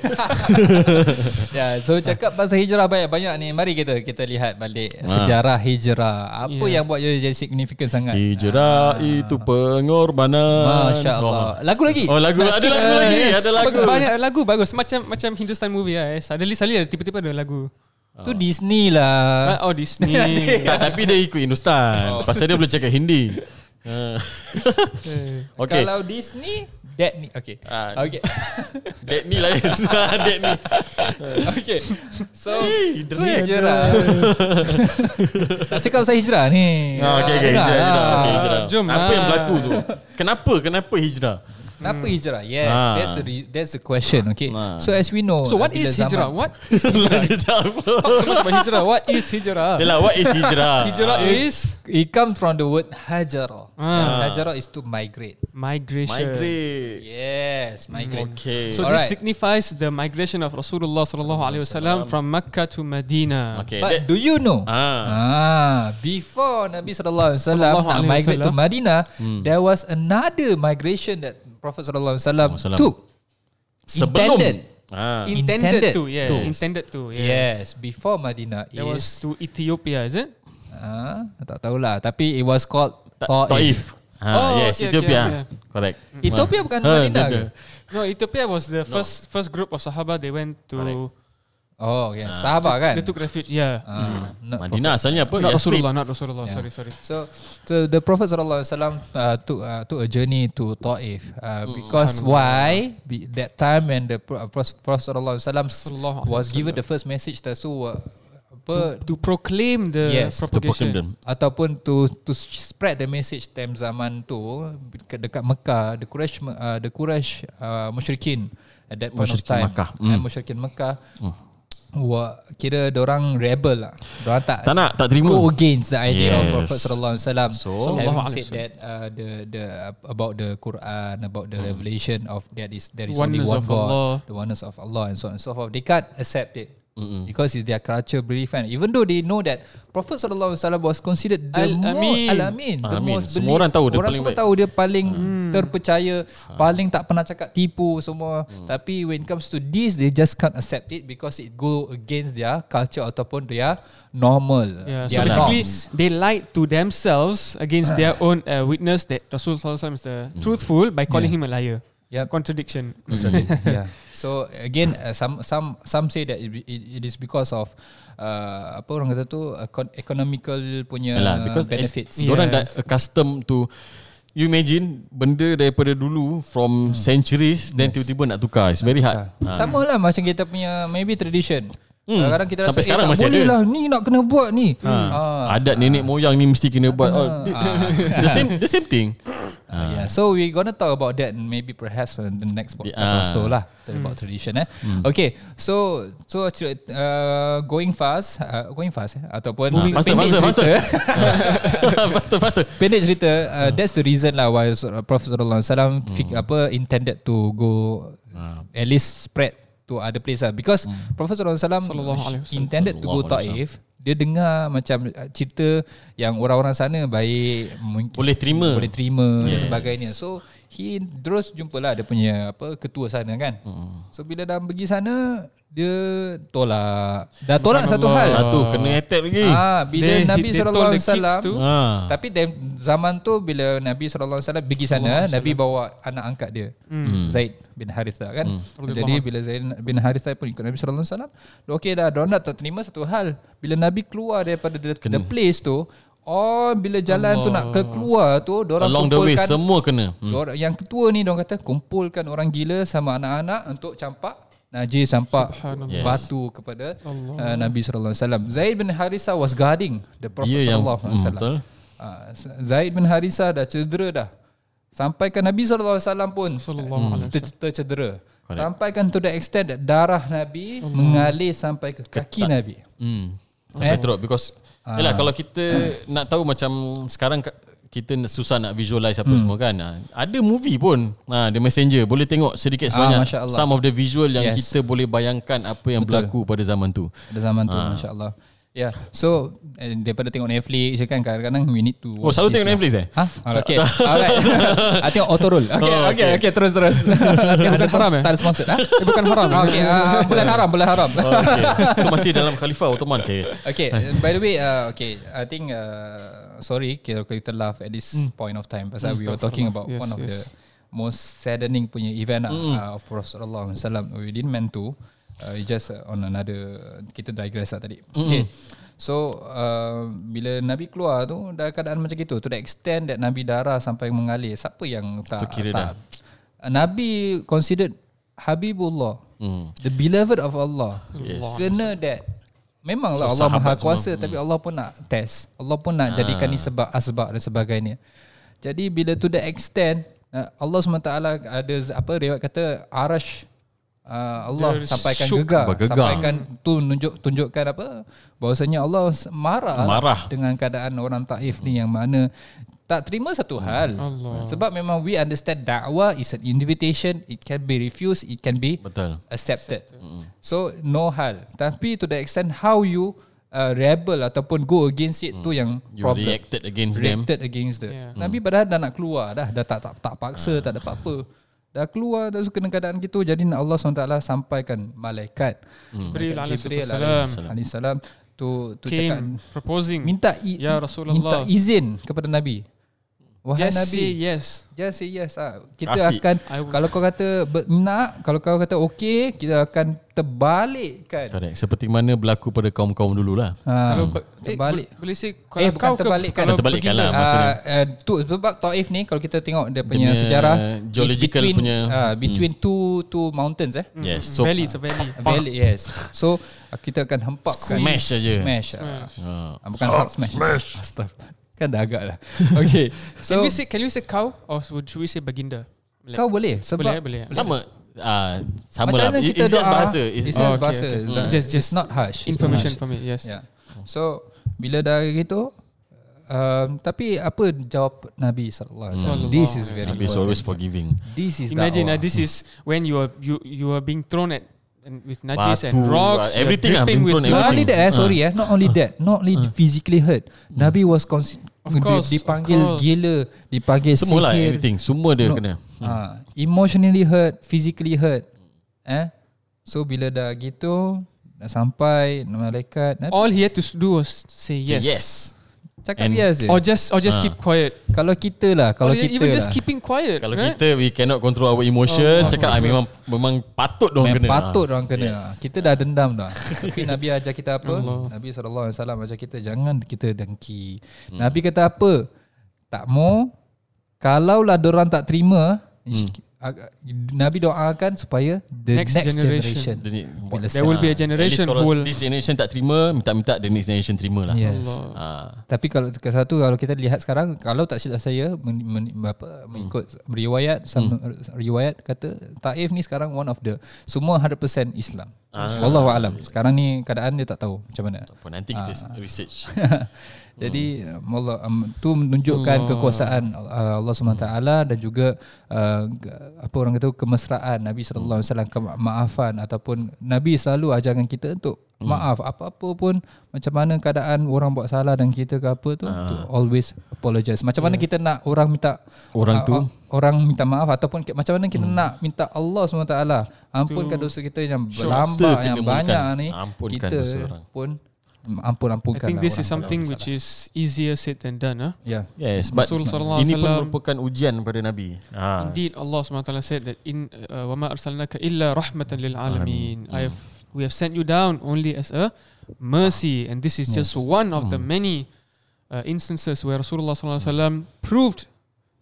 C: Ya, so cakap pasal hijrah banyak-banyak ni. Mari kita kita lihat balik
A: Ah.
C: sejarah hijrah. Apa
B: Ya.
C: yang buat dia jadi signifikan sangat?
B: Ah.
A: Hijrah itu pengorbanan
C: Masya-Allah. Lagu lagi.
A: Oh lagu
C: Nak lah.
A: Ada
C: skip?
A: lagu lagi Ada lagu
B: Banyak lagu Eh, bagus macam macam Hindustan movie lah. Eh. Suddenly suddenly ada tiba-tiba ada lagu.
C: Tu Disney lah.
B: Ah, Oh Disney.
A: tak, Tapi dia ikut Hindustan oh. Pasal dia boleh cakap Hindi Ah.
B: Eh.
A: Okay
C: Kalau Disney, that ni. Okay.
A: Ah,
C: Okay.
A: Dek ni lain Ah, Dek ni
C: okay. So
A: drag.
C: hijrah. Nak cakap pasal hijrah ni.
A: Ah, okay, okay,
C: Dengar
A: hijrah, hijrah.
C: lah.
A: Okay, hijrah.
B: Jom
A: Apa
B: lah.
A: yang berlaku tu? Kenapa? Kenapa hijrah?
C: Kenapa hijrah? Yes,
A: Ah.
C: that's the re- that's the question. Okay.
A: Ah.
C: So as we know,
B: So what
C: bila Oh,
B: is
C: zaman-
B: hijrah? What
A: Dia tak apa.
B: so much about hijrah? What is hijrah?
A: Yelah, what is hijrah?
B: Hijrah is
C: It comes from the word hajara.
B: Ah.
C: And hajara is to migrate.
B: migration.
A: Migrate.
C: Yes, migrate.
A: Okay.
B: So
C: Alright.
B: this signifies the migration of Rasulullah sallallahu alaihi wasallam from Mecca to Medina.
A: okay. that-
C: But do you know?
A: Ah.
C: Ah, before Nabi sallallahu alaihi wasallam
B: Sallallahu
C: nak
B: alaihi
C: migrate to
B: wasallam.
C: Madinah, there was another migration that Prophet sallallahu alaihi wasallam
A: Wasallam.
C: took.
A: Sebelum.
C: Intended.
A: Ah.
B: Intended,
C: Intended
B: to, yes.
C: to.
B: Intended to, yes.
C: Yes, before Madinah
B: That was
C: is
B: to Ethiopia, is it?
C: ah, tak tahulah tapi it was called
A: Ta-
C: Taif.
A: Taif. Ha,
B: Oh,
A: yes,
B: okay,
A: Ethiopia.
B: okay,
A: Correct.
C: Ethiopia
A: Ah.
C: bukan
A: Ah,
C: Madinah
A: dia-
C: ke?
A: dia-
B: No, Ethiopia was the first first group of Sahaba. They went to
A: Correct.
C: Oh, yeah. Sahabat kan?
B: they took refuge. Yeah,
C: Ah, not
A: Madinah asalnya apa?
B: not
A: Yastrib.
B: Rasulullah, not Rasulullah.
C: Yeah.
B: Sorry, sorry.
C: So, so the Prophet sallallahu alaihi wasallam uh, took uh, took a journey to Taif uh,
B: Mm,
C: because why? Be, that time when the Pro- uh, Prophet sallallahu alaihi wasallam s-
B: Sallallahu alaihi
C: was given the first message to so uh, apa
B: To proclaim the
C: Yes. To
A: To proclaim them.
B: propagation.
C: ataupun to to spread the message time zaman tu dekat, dekat Mekah the Quraisy me- uh, the Quraisy uh, musyrikin at that point
A: Musyrikin Mm.
C: of time
A: Makkah.
C: And musyrikin Mekah Wah, kira orang rebel lah. Orang tak
A: Tak nak, tak terima.
C: go against the
A: Yes.
C: idea yes. of Prophet sallallahu alaihi wasallam. So,
B: Sallallahu
C: having
B: alaihi
C: said that uh, the the about the Quran, about the
A: Hmm.
C: revelation of that is there is only
B: Oneness
C: one
B: of
C: God,
B: Allah.
C: the oneness of Allah and so on and so forth. They can't accept it. Mm-hmm. Because it's their culture belief and even though they know that Prophet sallallahu alaihi wasallam was considered the
B: Al-Amin.
C: most alamin, the
A: Al-Amin.
C: most
A: Semua orang tahu dia
C: orang
A: paling
C: semua
A: baik.
C: tahu dia paling
A: Hmm.
C: terpercaya,
A: Ah.
C: paling tak pernah cakap tipu semua.
A: Hmm.
C: Tapi when it comes to this they just can't accept it because it go against their culture ataupun their normal.
B: Yeah. So
C: their
B: basically,
C: norms.
B: they lied to themselves against their own uh, witness that Rasulullah SAW is the
C: Hmm.
B: truthful by calling him a liar.
C: Yep.
B: Contradiction.
C: Hmm. yeah. So again, uh, some some some say that it, it, it is because of uh, apa orang kata tu econ- economical punya
A: Yalah, because
C: benefits.
A: Yes. Orang dah
B: Yes.
A: accustomed to You imagine benda daripada dulu from centuries then tiba-tiba nak tukar. It's very hard.
C: Ha. Sama lah macam kita punya maybe tradition.
A: Ah. Hmm.
C: Kadang-kadang kita
A: Sampai
C: rasa eh,
A: sekarang
C: tak
A: masih
C: boleh
A: ada."
C: lah ni nak kena buat ni. Ha.
A: Ha. Adat nenek moyang ni mesti kena buat. Oh,
C: kena. Ah.
A: di- the same the same thing.
C: Oh,
A: Ah.
C: Yeah. So we gonna talk about that and maybe perhaps on the next podcast
A: Ah.
C: also lah about
B: Hmm.
C: tradition eh.
A: Hmm.
C: Okay. So so uh, going fast, uh, going fast eh ataupun
A: Ah, faster,
C: pendek
A: faster, Hmm.
C: cerita.
A: faster faster.
C: Pendek cerita uh, That's the reason lah Why Sur- Prophet Sallallahu Alaihi Wasallam fik-
A: Hmm.
C: Apa intended to go
A: Ah.
C: At least spread To other place lah Because Prophet Sallallahu Alaihi Wasallam
B: Sallallahu Alaihi Wasallam.
C: Intended to go
A: Hmm. Sallallahu Alaihi
C: Taif Dia dengar macam uh, Cerita Yang orang-orang sana Baik mungkin
A: Boleh terima.
C: Boleh terima
A: Yes.
C: yes. Dan sebagainya So He terus jumpalah Dia punya apa Ketua sana kan hmm. So bila dah pergi sana Dia Tolak Dah tolak satu hal
A: Satu kena attack lagi.
C: Ah, bila
B: They-
C: Nabi
B: they told
C: sallallahu
B: the
C: alaihi
B: kids
C: wasallam
B: to-
A: Ha.
C: tapi dalam zaman tu bila Nabi SAW pergi sana, Nabi bawa anak angkat dia,
B: Hmm.
A: Hmm.
C: Zaid bin Haritha kan. Jadi bila Zaid bin Haritha pun ikut Nabi SAW, dia okey dah, dia tak terima satu hal. Bila Nabi keluar daripada the, the place tu, oh bila jalan Allah. tu nak ke keluar tu, dia orang
A: Along the way
C: kumpulkan
A: semua kena. Hmm.
C: Diorang, yang ketua ni dia kata kumpulkan orang gila sama anak-anak untuk campak Najih sampak
B: Subhanallah.
A: Yes.
C: batu kepada
B: Allah.
C: uh, Nabi sallallahu alaihi wasallam. Zaid bin Harisa was guarding the Prophet
A: Dia yang
C: sallallahu alaihi
A: mm,
C: wasallam.
A: betul.
C: Ah, Zaid bin Harisa dah cedera dah. Sampaikan Nabi sallallahu alaihi wasallam pun Hmm.
B: Sallallahu alaihi
C: ter- tercedera.
A: Correct.
C: Sampaikan to the extent that darah Nabi mengalir sampai ke kaki Nabi.
A: Hmm. Sampai
C: Eh.
A: drop because
C: Ah.
A: Yalah kalau kita nak tahu macam sekarang ka- kita n- susah nak visualize apa
C: Hmm.
A: semua kan. Ah, Ada movie pun. Ha The Messenger boleh tengok sedikit
C: Ah,
A: sebanyak
C: Masya Allah.
A: some of the visual yang
C: Yes.
A: kita boleh bayangkan apa yang
C: Betul.
A: berlaku pada zaman tu.
C: Pada zaman tu
A: Ah.
C: masya-Allah. Ya. Yeah. So eh, daripada tengok Netflix je kan kadang-kadang we need to
A: Oh
C: watch
A: selalu
C: this
A: tengok
C: lah.
A: Netflix eh?
C: Ha? Alright. Okay. Alright. I tengok autoroll. Okay,
A: Oh,
C: oh, okay,
A: okay.
C: okay, okay, terus terus. Dia
B: bukan haram, eh?
C: Tak ada sponsor. Ha? Dia bukan haram. okay, ah, bulan haram, bulan haram.
A: Oh, okay. Itu masih dalam Khalifah Ottoman okay.
C: Okay, uh, by the way, uh, okay, I think uh, sorry kalau kita laugh at this mm. point of time pasal we were talking about yes,
B: Yes,
C: one of yes.
B: yes.
C: the most saddening punya event lah, uh, of Rasulullah SAW. We didn't meant to. Uh, it just uh, on another kita digress lah tadi. Okay. So uh, bila Nabi keluar tu dah keadaan macam gitu to the extent that Nabi darah sampai mengalir. Siapa yang tak
A: kira
C: tak dah. Nabi considered Habibullah, mm. the beloved of Allah.
A: Hmm. Yes.
C: Kena that Memanglah
A: So,
C: Allah Maha
A: sahabat Hmm. Ah.
C: Kuasa tapi Allah pun nak test. Allah pun nak jadikan ni sebab asbab dan sebagainya. Jadi bila to the extent uh, Allah SWT ada z- apa riwayat kata arash uh, Allah
B: Dia
C: sampaikan
B: shook.
C: gegar,
A: Bergegar.
C: sampaikan tu nunjuk tunjukkan apa bahawasanya Allah s- marah, lah
A: Marah.
C: dengan keadaan orang Taif ni yang mana tak terima satu hal.
B: Allah.
C: Sebab memang we understand dakwah is an invitation, it can be refused, it can be
A: Betul.
C: accepted. So no hal. Tapi to the extent how you uh, rebel ataupun go against it tu yang
A: You
C: problem.
A: reacted against them.
C: reacted against it.
B: Yeah.
C: Yeah. Nabi padahal dah nak keluar dah, dah tak tak, tak paksa, tak ada apa-apa. Dah keluar terus kena keadaan gitu jadi Allah SWT sampaikan malaikat
B: Jibril
C: malaikat
B: Hmm. alaihi
A: salam.
C: alaihi salam tu tu cakap
B: Came proposing.
C: minta i-
B: Ya Rasulullah.
C: minta izin kepada Nabi. Wahai
B: Just
C: Nabi,
B: say yes. Eh,
C: Just say yes ah. Kita
A: Kasih.
C: Kasih. akan
B: I would-
C: kalau kau kata ber- nak, kalau kau kata okey, kita akan terbalikkan.
A: Correct. Seperti mana berlaku pada kaum-kaum dululah.
C: Ha.
B: Kalau ba- eh,
C: terbalik.
B: bo- Boleh say kalau
C: Eh, bukan
B: kau ke-
C: terbalikkan.
B: kalau
A: Terbalikkan lah.
B: beginner.
A: Ah, maksudnya.
C: Uh, uh, tu sebab Taif ni kalau kita tengok dia
A: Dia
C: punya,
A: punya
C: sejarah
A: geological
C: it's between,
A: punya- Hmm.
C: uh, between two two mountains eh.
A: Yes. So
B: Valley, it's a valley.
C: Valley yes. So uh, kita akan hempakkan
A: smash saja.
C: smash. ah.
A: Ah.
C: Ah, bukan hard smash. Astagfirullah. Kan dah agak lah. Okay.
B: can
C: So
B: we say can you say cow or should should we say baginda?
C: kau boleh sebab
B: boleh eh, boleh. eh?
A: Sama ah sama
C: macam
A: lah.
C: mana
A: It-
C: kita
A: It's just
C: doa
A: bahasa. It's,
C: it's
A: oh,
C: just
B: okay,
C: bahasa
B: okay.
C: It's not-
B: Just-
C: it's
B: just
C: not harsh It's not
B: Information
C: harsh.
B: for me. Yes.
C: Yeah. So bila dah gitu um, tapi apa jawab Nabi sallallahu alaihi wasallam?
B: Hmm.
C: This is very
A: Nabi is
C: important.
A: always forgiving.
C: This is
B: Imagine
C: dakwah.
B: uh, this is when you are you you are being thrown at and with najis
A: Batu,
B: and rocks.
A: uh,
B: you are
A: everything ah,
B: dripping
A: being thrown
B: with
C: Not
B: blood.
C: only that, eh, sorry eh, not
A: Hmm.
C: only that, not only physically hurt. Nabi was consi-
B: Of course,
C: di- dipanggil
B: of course.
C: gila, dipanggil
A: Semualah
C: sihir.
A: lah everything. Semua dia
C: No.
A: kena.
C: Ha, emotionally hurt, physically hurt. Eh? So bila dah gitu, dah sampai malaikat, Nabi
B: All he had to s- do was say yes.
A: yes.
C: cakap
A: and-
C: yes je.
B: Or just or just
A: Ah.
B: keep quiet.
C: Kalau kita lah, kalau
B: Or
C: kita
B: even
C: lah.
B: just keeping quiet.
A: Kalau
B: right?
A: kita we cannot control our emotion,
B: Oh,
A: cakap ah,
B: bagus.
A: memang memang patut dong
C: Memang
A: kena.
C: patut
A: Ah.
C: orang kena. Yes. Kita dah dendam dah. Tapi Nabi ajar kita apa?
B: Allah.
C: Nabi sallallahu alaihi wasallam ajar kita jangan kita dengki. Hmm. Nabi kata apa? Tak mau kalaulah orang tak terima ish- ag- Nabi doakan supaya the
B: Next
C: next, generation.
B: generation.
A: Jadi,
C: Bila
A: what-
C: There
B: will be
A: Ah, at
B: a
A: least
B: generation
A: kalau
B: who will-
A: This generation tak terima Minta-minta The next generation terima lah
C: Yes.
B: Allah.
A: Ah,
C: Tapi kalau ke satu kalau kita lihat sekarang kalau tak silap saya men, men, apa mengikut riwayat some riwayat kata Taif ni sekarang one of the semua 100% Islam. Ah. Wallahu alam. Sekarang ni keadaan dia tak tahu macam mana.
A: apa, Nanti kita research
C: Jadi um,
A: Hmm.
C: Allah um, tu menunjukkan Allah. kekuasaan uh, Allah SWT dan juga uh, g- apa orang kata kemesraan Nabi sallallahu alaihi wasallam kemaafan ataupun Nabi selalu ajarkan kita untuk
A: Hmm.
C: maaf apa-apa pun macam mana keadaan orang buat salah dan kita ke apa tu to
A: Ah.
C: always apologize. Macam mana kita nak orang minta uh,
A: Orang tu? Hmm.
C: orang minta maaf ataupun ke, macam mana kita nak minta Allah SWT ampunkan kan dosa kita yang
A: Kita
C: berlambak
A: kena
C: yang banyak
A: mulakan,
C: ni
A: ampunkan
C: kita
A: dosa orang.
C: pun ampun-ampunkan
B: I think
C: lah orang Ya,
B: this is
C: kalau
B: something
C: bersalah.
B: which is easier said than done. Huh?
C: Yeah.
A: Yes But
B: Rasul sallallahu
A: ini
B: alaihi
A: pun
B: wasallam-
A: merupakan ujian Pada Nabi ah.
B: Indeed, Allah SWT said that in uh, وَمَا أَرْسَلْنَاكَ إِلَّا رَحْمَةً لِلْعَالَمِينَ I have,
C: Hmm.
B: we have sent you down only as a mercy and this is just one of the
C: Hmm.
B: many uh, instances where Rasulullah SAW proved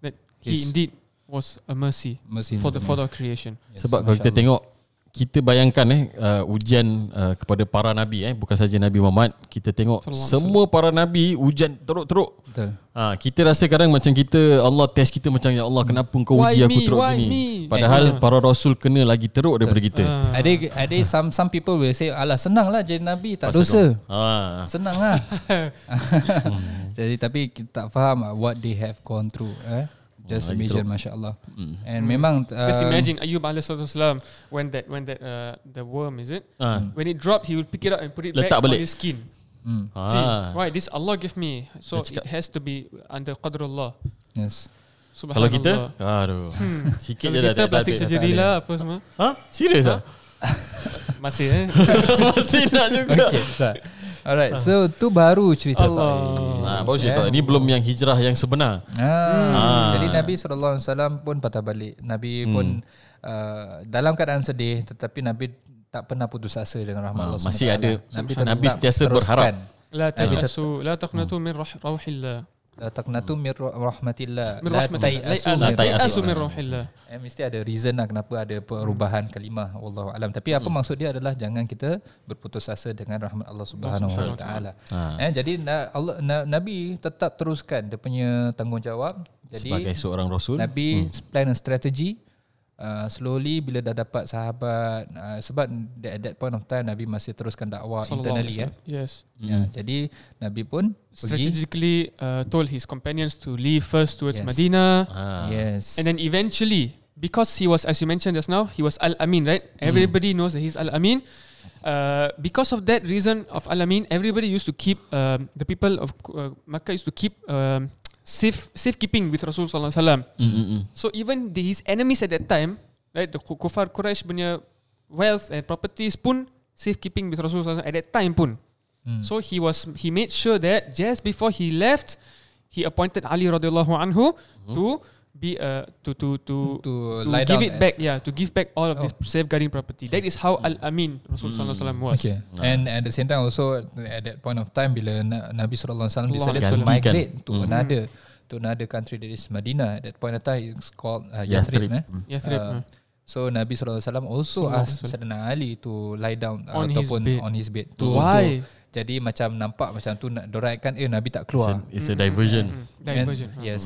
B: that he
C: Yes.
B: indeed was a mercy
C: Mercy
B: for the for
C: Allah.
B: the creation.
C: Yes,
A: Sebab kalau
C: Masya
A: kita
C: Allah.
A: tengok kita bayangkan eh uh, ujian uh, kepada para nabi eh bukan saja Nabi Muhammad kita tengok
B: Salam,
A: semua para nabi ujian teruk-teruk
C: Betul.
A: Ha, kita rasa kadang macam kita Allah test kita macam ya Allah kenapa kau
B: Why
A: uji aku
B: me?
A: teruk
B: Why
A: gini.
B: me?
A: Padahal para rasul kena lagi teruk daripada kita.
B: Ah,
C: Ada ada some some people will say alah senang lah jadi nabi tak
A: Pasal
C: dosa.
A: kau- Ha.
C: Senang lah Jadi tapi kita tak faham ah, What they have gone through
A: Oh,
C: eh? Just
A: lagi
C: imagine Masya Allah
A: Hmm.
C: And memang uh,
A: Um,
B: Just imagine Ayub alaihissalam when that when that uh, the worm is it
A: Ha.
B: when it dropped he will pick it up and put it
A: Letak
B: back
A: balik.
B: on his skin.
A: Ha.
B: See, right? This Allah give me, so
A: Dia cakap-
B: it has to be under qadrullah.
C: Yes
A: Kalau
B: Subhanallah.
A: kita aduh. Sikit
B: Hmm. Kalau
A: je dah
B: kita
A: tak
B: plastik
A: tak-
C: tak
B: surgery
C: ada.
B: lah apa semua
A: Ha? Serius ah?
B: masih eh.
A: Masih nak juga.
C: Okay tak. Alright So tu baru cerita
B: Allah.
A: Ha, baru cerita. Ini belum yang hijrah yang sebenar.
C: Ah,
A: Hmm.
C: Jadi Nabi SAW pun patah balik Nabi pun uh, Dalam keadaan sedih Tetapi Nabi tak pernah putus asa dengan rahmat
A: Ah,
C: Allah
A: masih
C: SWT.
A: ada.
C: Nabi,
A: Subhanallah. Nabi
C: tetap
A: sentiasa
C: teruskan.
A: berharap.
B: La taqnasu la taqnatu min rah- rauhillah.
C: La taqnatu min ra- rahmatillah
B: Min
C: La
B: rahmatillah.
C: tayasu
A: La
B: La
A: tayasu.
B: ta'asu min rauhillah.
C: Eh, mesti ada reason lah kenapa ada perubahan kalimah Allah alam. Tapi apa
A: Hmm.
C: maksud dia adalah jangan kita berputus asa dengan rahmat Allah Subhanahu Wa Taala. Eh jadi na, Allah, na, Nabi tetap teruskan dia punya tanggungjawab.
A: Sebagai
C: Jadi
A: seorang rasul.
C: Nabi
B: Hmm.
C: plan a strategy uh, slowly bila dah dapat sahabat uh, sebab at that point of time Nabi masih teruskan dakwah internally eh.
B: Yes.
A: Hmm.
C: Ya, jadi Nabi pun pergi
B: Strategically uh, told his companions to leave first towards
C: Yes.
B: Medina
A: Ha.
C: yes.
B: Ah. and then eventually because he was as you mentioned just now he was Al Amin right? Everybody knows that he's Al Amin. Uh, because of that reason of Al Amin, everybody used to keep um, the people of uh, Makkah used to keep um, safe safekeeping with Rasulullah Sallallahu
A: Mm, mm, mm.
B: So even the, his enemies at that time, right, the ku- kufar Quraisy punya wealth and properties pun safekeeping with Rasulullah SAW at that time pun.
C: Hmm.
B: So he was he made sure that just before he left, he appointed Ali radhiyallahu anhu to be uh, to to to, to,
C: Hmm. to, lie
B: give
C: down
B: it
C: at-
B: back, yeah, to give back all of this
C: Oh. Hmm.
B: safeguarding property. That is how Al Amin Rasulullah SAW was.
C: Okay.
B: Ah.
C: And at the same time also at that point of time bila Na- Nabi sallallahu alaihi wasallam
B: Allah
C: decided to
A: gantikan.
C: migrate to
A: Hmm.
C: another to another country that is Medina at that point of time it's called uh,
A: Yathrib.
C: Yathrib. Eh?
A: Mm.
B: Yes, right.
C: Uh, So Nabi sallallahu alaihi wasallam also
B: hmm. Sallallahu
C: asked
B: alaihi
C: Sayyidina Ali to lie down uh,
B: On his
C: ataupun
B: bed.
C: on his bed. To,
B: Why?
C: To, jadi macam nampak macam tu nak dorang kan eh Nabi tak
A: It's a,
C: keluar.
A: it's a diversion.
B: Mm,
C: And-
B: Diversion. huh?
C: Yes.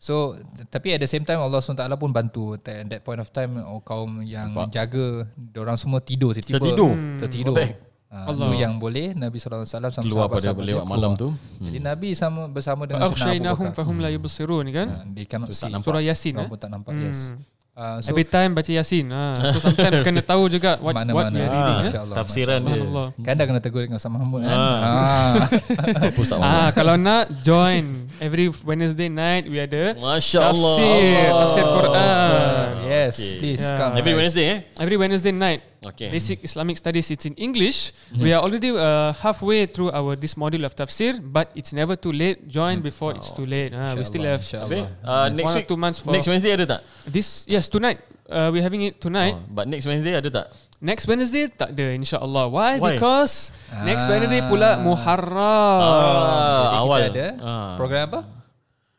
C: So t- tapi at the same time Allah SWT pun bantu At that point of time oh, Kaum yang
A: Nampak.
C: jaga Orang semua tidur tiba-tiba
A: Tertidur.
C: Tertidur
A: Baik.
C: ha,
B: Hmm. Allah.
C: Itu yang boleh Nabi SAW sama
A: Keluar pada
C: sahabat-sahabat dia
A: lewat
C: keluar.
A: malam tu. Hmm.
C: Jadi Nabi sama bersama dengan Sayyidina Abu
B: فأغشيناهم
C: Bakar Hmm.
B: فهم لا يبصرون kan?
C: ha, They cannot see
B: Surah Yasin.
C: Orang
B: eh?
C: pun tak nampak Yes
B: Hmm.
C: uh, So
B: So, Every time baca Yasin. Ha. So sometimes kena tahu juga what
C: Mana-mana.
B: what we are reading.
A: Ah,
B: eh.
C: Masya-Allah,
A: tafsiran dia.
B: Subhanallah.
C: Kan dah kena tegur dengan Ustaz Mahmud kan
A: Ha.
C: ah.
A: Pusat
C: Oh.
A: malam.
B: Ah, kalau nak join every Wednesday night we ada
A: Masya Allah.
B: tafsir,
A: Allah.
B: tafsir
C: Oh,
B: Quran.
C: ah, Yes
A: Ah. Okay.
C: please
B: Yeah.
C: come
A: Every
C: guys.
A: Wednesday eh?
B: Every Wednesday night,
A: Okay.
B: basic Islamic studies. It's in English. We are already uh, halfway through our this module of tafsir, but it's never too late. Join before it's too late. Ah, we still have
A: Habis,
C: InsyaAllah
A: uh, Mm. next
B: one or
A: week,
B: two months for
A: next Wednesday ada tak?
B: this. Yes, tonight. Uh, we're having it tonight.
A: Oh, but next Wednesday ada tak?
B: Next Wednesday tak ada insya-Allah. Why?
A: Why?
B: Because next Wednesday
C: Ah.
B: pula Muharram.
A: ah,
C: Jadi
A: awal.
C: kita ada
A: Ah.
C: Program apa?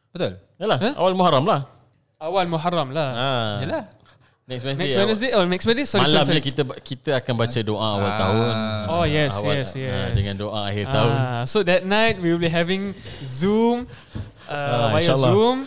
C: Betul?
A: Yalah, awal Muharram lah.
B: Awal Muharram lah.
A: Ah.
C: Yelah
A: Next Wednesday.
B: Next
A: awal.
B: Wednesday oh next Wednesday sorry
A: Malam ni
B: sorry.
A: kita kita akan baca doa
C: Ah.
A: awal tahun.
B: Oh, yes,
A: awal,
B: yes,
A: ah,
B: yes.
A: dengan doa akhir tahun.
B: Ah, so that night we will be having Zoom uh,
A: Ah,
B: via
A: insyaAllah.
B: Zoom.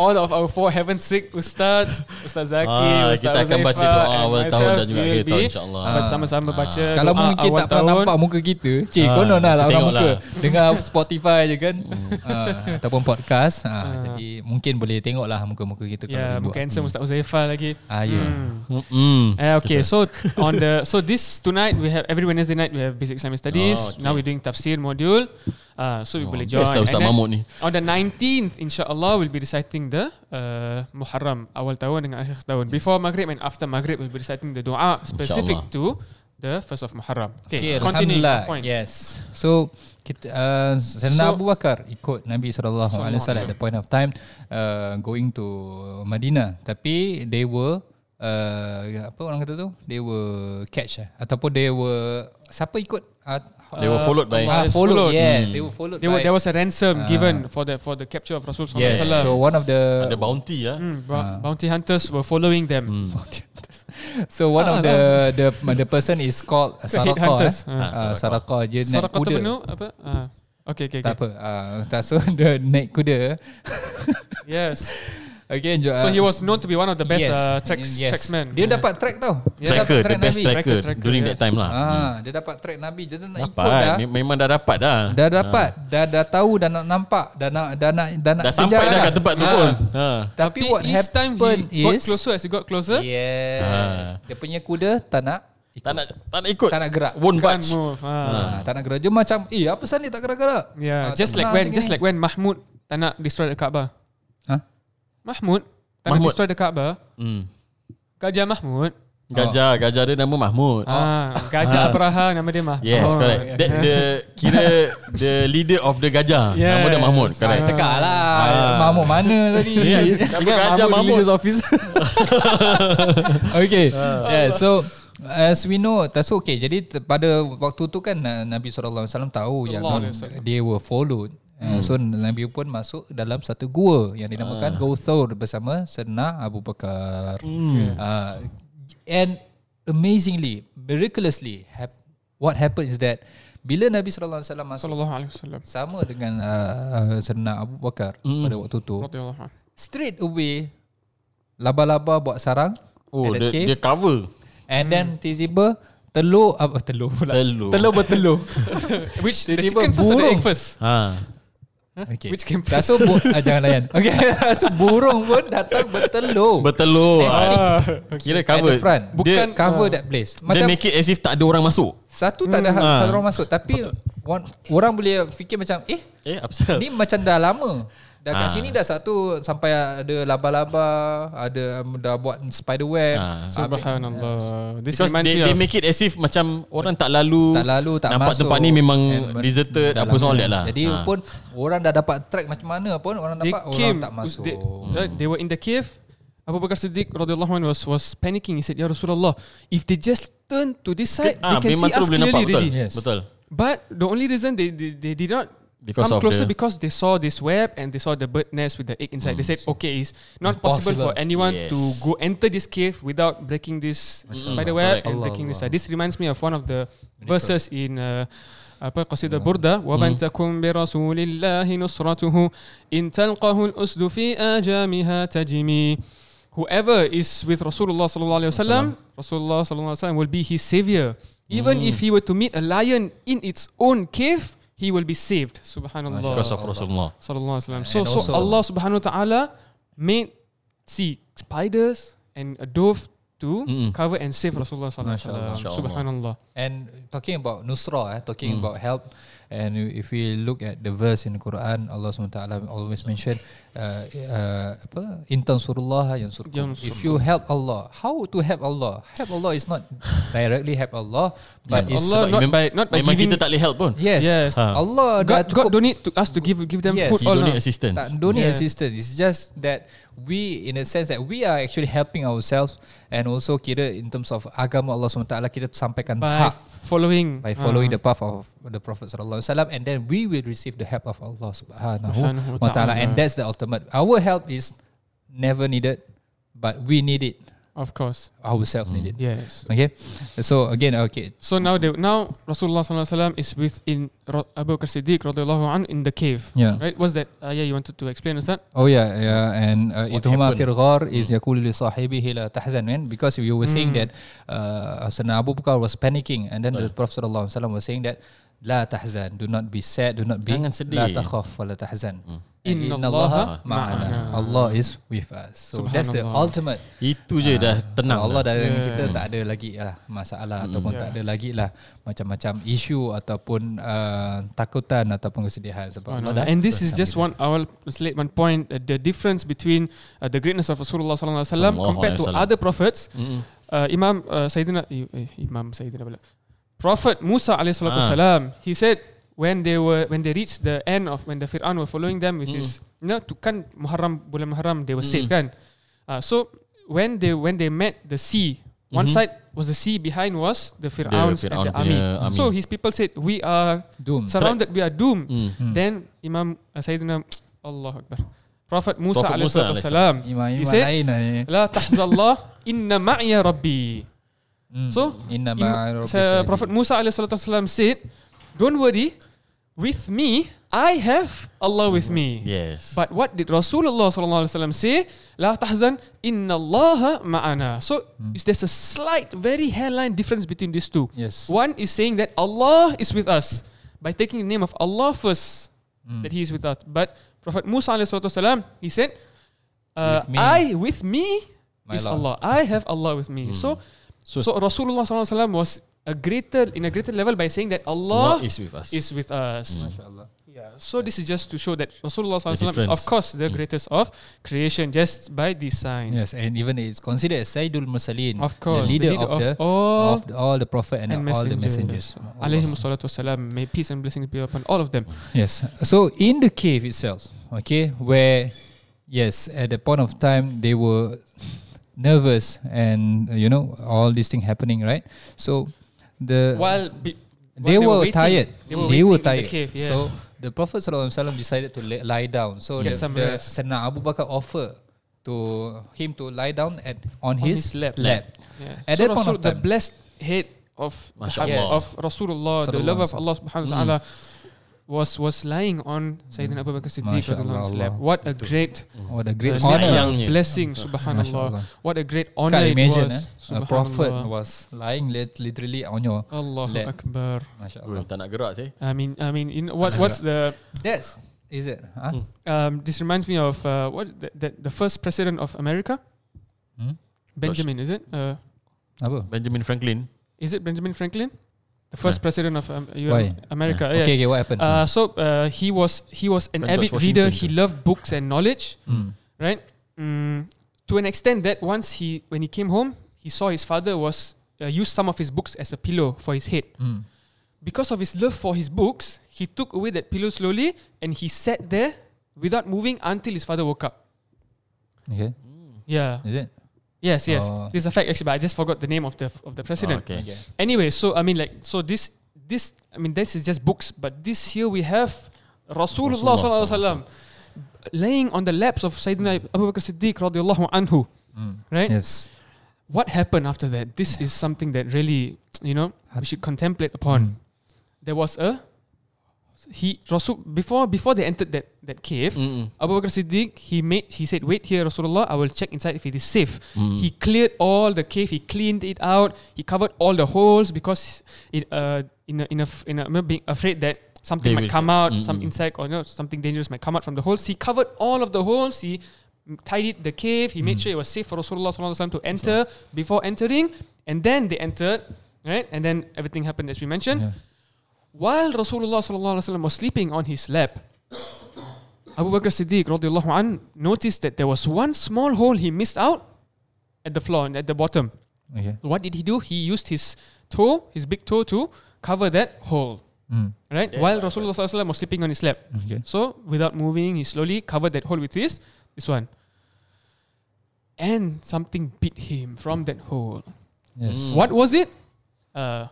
B: All of our four heaven sick ustads, Ustaz Zaki,
A: Ah,
B: Ustaz
A: kita akan
B: Uzaifa
A: baca doa
B: and
A: awal tahun
B: myself,
A: dan juga
B: we will
A: akhir tahun,
B: be- Ah.
A: insyaAllah. Ah.
B: But sama-sama baca
C: Ah. Kalau
B: doa
C: mungkin
B: Ah, awal
C: tak pernah
B: tahun.
C: nampak muka kita Cik ha,
A: Ah,
C: konon
A: kita
C: lah
A: Hmm.
C: orang
A: tengok
C: muka
A: lah.
C: Dengar Spotify je kan ha, Ataupun podcast ha, Jadi mungkin boleh tengok lah Muka-muka kita
B: Ah. Ya, yeah,
C: kalau
B: mungkin handsome Ustaz Uzaifa lagi.
C: Ah, ya.
B: Hmm.
A: Mm-mm.
B: Eh, okay, so on the so this tonight we have every Wednesday night we have basic Islamic studies.
A: Oh, okay.
B: Now we're doing tafsir module. Uh, so we boleh join.
A: best lah Ustaz
B: And then
A: Mahmud ni.
B: On the 19th inshallah we'll be reciting the uh, Muharram awal tahun dengan akhir tahun. Before Maghrib and after Maghrib we'll be reciting the doa specific to the first of Muharram.
C: Okay,
B: continue
C: Alhamdulillah.
B: your point.
C: Yes. So kita uh, Sayyidina
B: So-
C: Abu Bakar ikut Nabi sallallahu alaihi wasallam at the point of time uh, going to Madinah. Tapi they were uh, apa orang kata tu? They were catch eh? ataupun they were siapa ikut? Uh,
A: They were followed by
C: ah, followed.
B: Yes, followed.
C: Yes, they were followed.
B: There, were,
C: by,
B: there was a ransom given for the for the capture of Rasul sallallahu
C: Uh. yes.
B: alaihi wasallam. Hmm,
C: So one of the Uh.
A: Ada bounty lah.
C: Hmm.
B: Mm, bo- bounty hunters were following them.
C: So one of the the the person is called Saraka. Eh.
B: hunters. Ah,
C: Ah, Saraka je
B: So
C: naik
B: kau
C: kuda.
B: terpenuh apa? Ah. Okay, okay,
C: Tak apa.
B: okay.
C: Ah, tak so dia naik kuda.
B: Yes.
C: Okay, enjoy.
B: So he was known to be one of the best uh, tracks,
C: Uh, Yes.
B: tracksmen.
C: Dia dapat track tau. Dia dapat
A: Tracker, the best
C: Nabi.
A: tracker,
B: Tracker, tracker,
A: during
B: yes.
A: that time lah.
C: Ah, dia dapat track Nabi. Dia dah nak ikut
A: Dapat,
C: dah.
A: me- memang dah dapat dah. Ah.
C: Dah dapat, dah dah tahu, dah nak nampak, dah nak dah nak dah nak
A: Dah
C: kejar
A: sampai dah kat tempat tu
C: Ah.
A: pun. Ha.
C: Tapi
B: Tapi
C: what
B: each time
C: happened
B: he got
C: is
B: closer as he got closer.
C: Yes.
A: Ah.
C: Dia punya kuda tak nak ikut.
A: Tak nak tak nak ikut.
C: Tak nak gerak.
A: Won't
B: Can't
A: budge.
B: move. Ah.
C: Ah, tak nak gerak. Dia macam, "Eh, apa sal ni tak gerak-gerak?" Ah,
B: Yeah, Uh, just
C: tak
B: like
C: pernah
B: when
C: macam
B: just
C: ni.
B: like when Mahmud tak nak destroy the Kaabah.
C: Ha?
B: Mahmud tak nak
A: Mahmud.
B: destroy the Kaabah.
C: Oh.
A: Hmm.
B: Gajah Mahmud.
A: Gajah, gajah dia nama Mahmud.
B: Ah, Gajah Abraha nama dia Mahmud.
A: Yes, oh, correct. That the kira the leader of the gajah.
B: Yes.
A: Nama dia Mahmud, correct.
B: Ah.
C: Cakap lah Mahmud mana tadi
A: Ya, ya. Siapa ajar Mahmud?
C: officer Okay yeah, So As we know tak- So okay Jadi te- pada waktu tu kan na- Nabi SAW tahu Yang
B: Allah SAW.
C: they were followed Uh, So Nabi pun masuk dalam satu gua Yang dinamakan Gua Thawr Bersama Sedna Abu Bakar uh, And Amazingly Miraculously hap- What happened is that Bila Nabi SAW masuk
B: Sallallahu alaihi wasallam.
C: Sama dengan uh, uh, Sedna Abu Bakar Pada waktu tu
B: Radhiyallahu anhu.
C: straight away laba-laba buat sarang
A: Oh,
C: at the
A: dia,
C: cave
A: dia cover.
C: and then
B: Hmm.
C: tiba-tiba telur apa telur pula
A: Telur.
C: telur bertelur
B: Which the
C: Tiba-tiba
B: chicken first or the
C: burung.
B: egg first?
A: Ha.
C: okay.
B: Which came
C: Dah tu
B: first?
C: bu- ah, jangan layan okay Dah tu burung pun datang bertelur
A: Bertelur. Ah,
B: Ah,
A: Kira
C: Oh. at
A: cover.
C: the front bukan
A: Bukan dia,
C: cover that place
A: dia
C: macam
A: make it as if tak ada orang masuk.
C: satu tak ada hak
A: ah.
C: satu orang masuk tapi one, orang boleh fikir macam eh
A: Eh, upsell.
C: Ni macam dah lama. Dah
A: Ah.
C: kat sini dah satu sampai ada laba-laba, ada um, dah buat spider web.
A: Ah.
B: Subhanallah. This
A: Because
B: reminds
A: they,
B: me
A: they
B: of
A: make it as if macam orang tak lalu,
C: Tak lalu tak
A: nampak
C: masuk. Kan,
A: tempat ni memang
C: And-
A: deserted
C: dah
A: apa
C: lama.
A: semua all that lah.
C: Jadi
A: Ah.
C: pun orang dah dapat track macam mana pun orang
B: they
C: dapat
B: came.
C: orang tak masuk.
B: They,
A: Hmm.
B: right, they were in the cave. Abu Bakr Siddiq radhiyallahu anhu was was panicking. He said, "Ya Rasulullah, if they just turn to this side,
A: Ah,
B: they can
A: memang
B: see
A: terus
B: us
A: boleh nampak
B: clearly
A: betul.
B: already."
C: Yes.
A: Betul.
B: But the only reason they they, they did not
A: Because
B: come
A: of
B: closer
A: the-
B: because they saw this web and they saw the bird nest with the egg inside.
A: Mm.
B: they said, okay, it's not possible,
C: Impossible.
B: for anyone to
A: Yes.
B: go enter this cave without breaking this
A: Mm.
B: spider web
A: Correct.
B: and
C: Allah,
B: breaking this.
C: Allah.
B: This reminds me of one of the verses in. Uh, apa قصيدة
A: Mm.
B: البردة ومن تكن برسول الله نصرته إن تلقه الأسد في آجامها تجمي Whoever is with Rasulullah sallallahu alaihi wasallam, Rasulullah sallallahu alaihi wasallam will be his savior. Even
A: Mm.
B: if he were to meet a lion in its own cave, he will be saved. Subhanallah.
A: Because of
C: Allah.
A: Rasulullah.
B: sallallahu alaihi wasallam. So,
C: And
B: so
C: also-
B: Allah subhanahu wa taala made see spiders and a dove to
A: Mm-mm.
B: cover and save Rasulullah sallallahu alaihi wasallam.
A: Masya Allah.
B: Subhanallah.
C: And talking about Nusra, eh,
A: Hmm.
C: talking about help, and if we look at the verse in Quran, Allah SWT always mention, uh, uh, apa, intansurullah yansurkum.
B: Yansurkum.
C: If you help Allah, how to help Allah? Help Allah is not directly help Allah, but
A: Yeah.
C: it's
B: Allah
A: Hmm. Sebab
B: not
A: mem-
B: by not by
A: Memang
B: giving
A: kita tak boleh help pun.
C: yes,
B: Yes.
A: Ha.
C: Allah dah
B: God, God
C: cukup
B: don't need to, us to give give them
C: Oh, Yes.
B: food
A: He
B: all
A: don't
B: now.
A: need assistance.
C: tak don't need
B: Yeah.
C: assistance. It's just that we in a sense that we are actually helping ourselves and also kira in terms of agama Allah SWT kita sampaikan
B: by uh.
C: hak
B: following
C: by following the path of the Prophet sallallahu alaihi wasallam and then we will receive the help of Allah
B: Subhanahu
C: subhanahu
B: wa
C: wa taala
B: ta'ala.
C: and that's the ultimate our help is never needed but we need it
B: of course
C: ourselves
B: Hmm.
C: need it
B: yes
C: okay so again okay
B: so now they, now Rasulullah sallallahu alaihi wasallam is within Ra- Abu Bakr Siddiq radhiyallahu an in the cave
C: yeah
B: right was that uh, yeah you wanted to explain is that
C: oh yeah yeah and uh,
A: What
C: idhuma
A: happened? Hmm.
C: fil ghar is yaqulu li sahibihi la tahzan man because you were saying that uh, Sayyidina Abu Bakar was panicking and then the Prophet sallallahu alaihi wasallam was saying that la tahzan do not be sad do not be
A: Jangan sedih. Hmm.
C: la takhaf wa la tahzan
B: Inna
C: Allaha
B: Allaha ma'ana.
C: ma'ana. Allah is with us. So that's the
B: Subhanallah.
C: ultimate.
A: Itu
B: Ah,
A: je dah tenang.
C: Kalau Allah
A: dah.
C: dah
B: Yes.
C: yes. kita tak ada lagi lah
A: Hmm.
C: masalah ataupun tak ada lagi lah macam-macam isu ataupun uh, takutan ataupun kesedihan sebab Allah dah.
B: and this is just one I will slate one point uh, the difference between uh, the greatness of Rasulullah sallallahu alaihi wasallam
A: Sallallahu
B: compared
A: alaihi
B: to
A: wasallam.
B: other prophets
A: Mm-mm.
B: uh, Imam uh, Sayyidina eh, Imam Sayyidina pula. Prophet Musa alaihi
A: Ah.
B: salatu wasalam, he said when they were when they reached the end of when the Fir'aun were following them which
A: Mm.
B: is you know tu kan Muharram bulan Muharram they were
A: Mm.
B: saved kan. Uh, so when they when they met the sea one
A: Mhm.
B: side was the sea behind was the Fir'auns and
A: Fir'aun
B: the
A: punya
B: army.
A: army.
B: So his people said we are
C: Doom.
B: surrounded we are doomed.
A: Mm.
C: Hmm.
B: Then Imam uh, Sayyidina Allah Akbar Prophet Musa
A: Prophet
B: alaihi
A: Musa
B: salatu wasalam
C: Imam
B: he
C: imam
B: said
C: lain lah ni.
B: لا تحزى الله Inna ma'ya rabbi.
C: Mm.
B: So,
C: inna
B: In,
C: ma'a rabbi
B: uh,
C: sa'id.
B: Prophet Musa alaihi salatu wasallam said, "Don't worry, with me I have Allah with me."
A: Yes.
B: But what did Rasulullah sallallahu alaihi wasallam say? La tahzan inna Allah ma'ana. So
C: Hmm.
B: is there's a slight, very hairline difference between these two.
C: Yes.
B: One is saying that Allah is with us by taking the name of Allah first,
C: Hmm.
B: that He is with us. But Prophet Musa alaihi salatu wasallam, he said, uh,
C: With me.
B: "I with me
C: My Hmm.
B: is
C: Lord.
B: Allah. I have Allah with me." So, so,
A: So-
B: Rasulullah sallallahu alaihi wasallam was a greater in a greater level by saying that Allah,
A: Allah is with us.
B: is with us.
C: Inshallah.
B: Yeah. So this is just to show that Rasulullah
A: The
B: SAW is of
A: difference.
B: course the greatest of creation just by these signs.
C: Hmm. Yes, and even it's considered as Sayyidul Mursalin,
B: Of course.
C: the leader, of, the
B: all
C: of the, all the prophet and, all the messengers.
B: Alayhi salatu wasalam. May peace and blessings be upon all of them.
C: Yes. So in the cave itself, okay, where yes, at the point of time they were nervous and you know all these thing happening, right? So the
B: While, be, while
C: they, were,
B: waiting-
C: tired. They were,
B: waiting in
C: tired.
B: the cave, yeah.
C: So the Prophet sallallahu alaihi wasallam decided to lay, lie down. So the,
B: Get some
C: the
B: rest.
C: Sayyidina Abu Bakar offer to him to lie down at on,
B: on his, lap.
C: lap.
B: Yeah.
C: At
B: so
C: that point
B: Rasul-
C: of
B: the
C: time-
B: blessed head of the
A: Masha
B: heart
A: Allah.
B: of Rasulullah, the
C: Sallallahu
B: love of
C: alaihi
B: Allah subhanahu
C: Mm.
B: wa ta'ala was was lying on Sayyidina Abu Bakr Siddiq
C: Masha
B: radhiyallahu anhu's
C: Allah.
B: lap. What a great
C: What a great
B: uh,
C: honor.
A: sayangnya.
B: blessing
C: Masya
B: subhanallah.
C: Allah.
B: What a great
C: Can't
B: honor it
C: imagine
B: was.
C: eh, a prophet
B: Subhanallah.
C: was lying lit- literally on your
B: Allahu
C: Lap.
B: Akbar.
C: Masya
A: Bro,
C: Allah.
A: tak nak gerak sih.
B: I mean, I mean, you know, what what's the?
C: That's is it? Huh?
A: Hmm.
B: Um, this reminds me of uh, what the, the, the first president of America,
C: Hmm?
B: Benjamin. Is it? Uh,
C: Apa?
A: Benjamin Franklin.
B: is it Benjamin Franklin, the first
A: Nah.
B: president of um, you-
C: Why?
B: America? Yes.
C: Okay, okay, what happened?
B: Uh, so uh, he was he was an
A: When George
B: avid reader.
A: Washington
B: He loved books and knowledge,
C: Hmm.
B: right? Mm, to an extent that once he when he came home, he saw his father was uh, used some of his books as a pillow for his head.
C: Hmm.
B: because of his love for his books, he took away that pillow slowly and he sat there without moving until his father woke up.
C: Hmm. Okay,
A: Mm.
B: Yeah.
C: is it?
B: Yes, yes.
C: Oh.
B: This is a fact actually, but I just forgot the name of the of the president.
A: Okay.
C: Okay.
B: Anyway, so I mean like so this this I mean this is just books, but this here we have
A: Rasulullah
B: Rasulullah sallallahu alaihi wasallam laying on the laps of Sayyidina Abu Bakr Siddiq radiallahu anhu,
C: Hmm.
B: right?
C: Yes.
B: What happened after that? This is something that really, you know, we should contemplate upon.
C: Hmm.
B: there was a he Rasul before before they entered that that cave.
A: Mm-mm.
B: Abu Bakr Siddiq he made he said wait here Rasulullah I will check inside if it is safe.
A: Mm-hmm. Hmm.
B: He cleared all the cave. He cleaned it out. He covered all the holes because it uh in a, in a, in a remember being afraid that something
A: They will
B: might come
A: get-
B: out,
A: Mm,
B: some
A: mm.
B: insect or you know, something dangerous might come out from the holes. He covered all of the holes. He tidied the cave. He made
A: Mm.
B: sure it was safe for Rasulullah sallallahu alaihi wasallam to enter before entering. And then they entered, right? And then everything happened as we mentioned.
C: Yeah.
B: While Rasulullah sallallahu alaihi wasallam was sleeping on his lap, Abu Bakr Siddiq radiallahu an noticed that there was one small hole he missed out at the floor and at the bottom.
C: Okay.
B: What did he do? He used his toe, his big toe, to cover that hole.
C: Hmm.
B: Right?
A: Yeah,
B: While
A: yeah,
B: Rasulullah sallallahu alaihi wasallam was sleeping on his lap.
C: Okay.
B: So without moving, he slowly covered that hole with his this one. And something bit him from that hole.
C: Yes.
A: Mm.
B: What was it? Uh,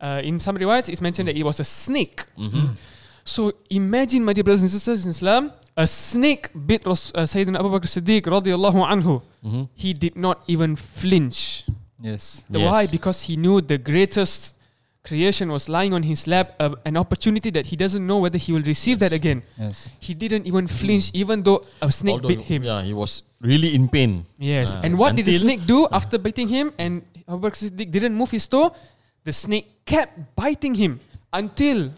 B: uh, in some riwayats, it's mentioned that it was a snake.
A: Mhm.
B: So imagine, my dear brothers and sisters in Islam, a snake bit Ras- uh, Sayyidina Abu Bakr Siddiq radiallahu anhu.
A: Mhm.
B: He did not even flinch.
C: Yes.
B: The
A: Yes.
B: Why? Because he knew the greatest creation was lying on his lap, uh, an opportunity that he doesn't know whether he will receive that again.
C: Yes.
B: He didn't even flinch, even though a snake
A: Although,
B: bit him.
A: Yeah, he was really in pain.
B: Yes.
A: Ah,
B: and what did the
A: until-
B: snake do after biting him? And Abu Bakr Siddiq didn't move his toe. The snake kept biting him until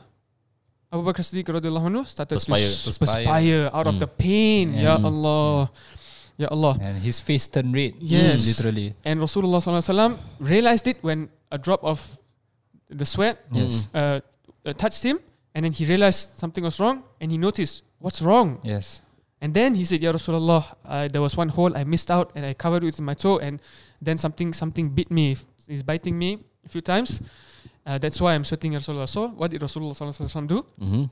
B: Abu Bakr Siddiq radiallahu anhu started
A: Perspire. Hmm.
B: to s-
C: Perspire.
B: perspire, out of
A: Mm.
B: the pain. Ya
C: Mm.
B: Allah.
A: Hmm.
B: Ya Allah.
C: And his face turned red. Mm,
B: Yes.
C: Literally.
B: And Rasulullah sallallahu alaihi wasallam realized it when a drop of the sweat
C: Yes.
B: uh, uh, touched him. And then he realized something was wrong. And he noticed, what's wrong?
C: Yes.
B: And then he said, Ya Rasulullah, uh, there was one hole I missed out and I covered it with my toe and then something something bit me. He's biting me a few times. Uh, that's why I'm sweating, Ya Rasulullah. So what did Rasulullah sallallahu alaihi wasallam do?
A: Mhm.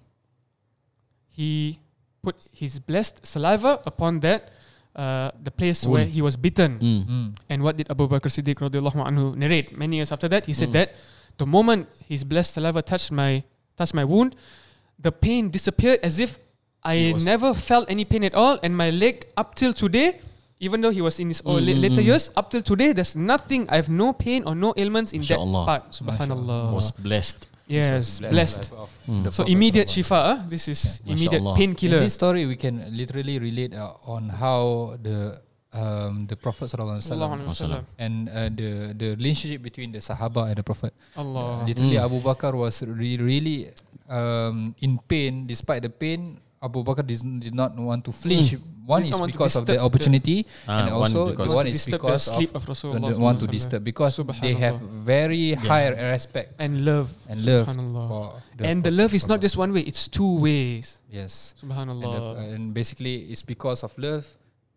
B: He put his blessed saliva upon that, uh, the place
A: Wound.
B: where he was bitten.
A: Mm.
C: Mm.
B: And what did Abu Bakr Siddiq radiallahu anhu narrate? Many years after that, he
A: Hmm.
B: said that the moment his blessed saliva touched my touched my wound, the pain disappeared as if I
A: It was-
B: never felt any pain at all, and my leg up till today even though he was in his old
A: Hmm,
B: la- later years, up till today, there's nothing. I have no pain or no ailments in that
A: Inshallah.
B: part. Subhanallah.
A: was blessed.
B: Yes, blessed.
A: Hmm.
B: So immediate shifa. ah. This is
A: Yeah.
B: immediate
A: Masya Allah.
C: Mm. In
B: painkiller.
C: this story, we can literally relate uh, on how the um, the Prophet sallallahu alaihi wasallam
B: Allah. Allah.
C: and uh, the the relationship between the Sahaba and the Prophet. Uh,
B: Allah.
C: literally, Abu Bakr was re- really um, in pain. Despite the pain, Abu Bakr did, did not want to flinch. One is
B: Mm. Did not want to
C: because of the
B: disturb the-
C: opportunity,
A: Ah,
C: and
A: one
C: also
A: because-
C: the one is
B: disturb the
C: because
B: sleep
C: of
B: of Rasulullah.
C: don't want to
B: SAW.
C: disturb because they have very high respect
B: And love.
C: and love
B: Subhanallah.
C: for the
B: and the
C: Prophet
B: love is not
C: sallallahu
B: just one way, it's two ways.
C: alaihi wasallam. yes. And, the, uh,
B: Subhanallah.
C: and basically, it's because of love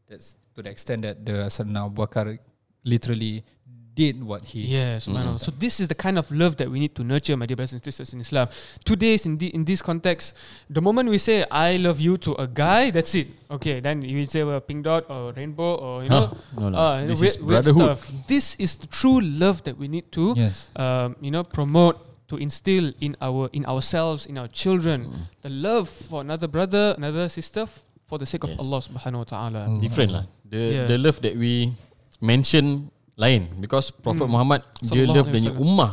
C: that's to the extent that the Sayyidina Abu Bakr literally did what he
B: Yeah, subhanallah.
C: Mm.
B: So this is the kind of love that we need to nurture, my dear brothers and sisters in Islam. Today, in, the, in this context, the moment we say "I love you" to a guy, that's it. Okay, then you say well, pink dot or rainbow or you know,
A: Huh? No, no.
B: uh,
A: This
B: weird,
A: is
B: weird
A: brotherhood.
B: stuff. This is the true love that we need to,
C: Yes.
B: um, you know, promote to instill in our in ourselves, in our children, the love for another brother, another sister, f- for the sake of
A: Yes. Mm.
B: Allah Subhanahu Wa Taala.
A: Different lah. The
B: Yeah.
A: the love that we mention lain because Prophet
B: Hmm.
A: Muhammad dia
B: Sallallahu
A: love
B: alaihi
A: dengan
B: wasallam.
A: ummah.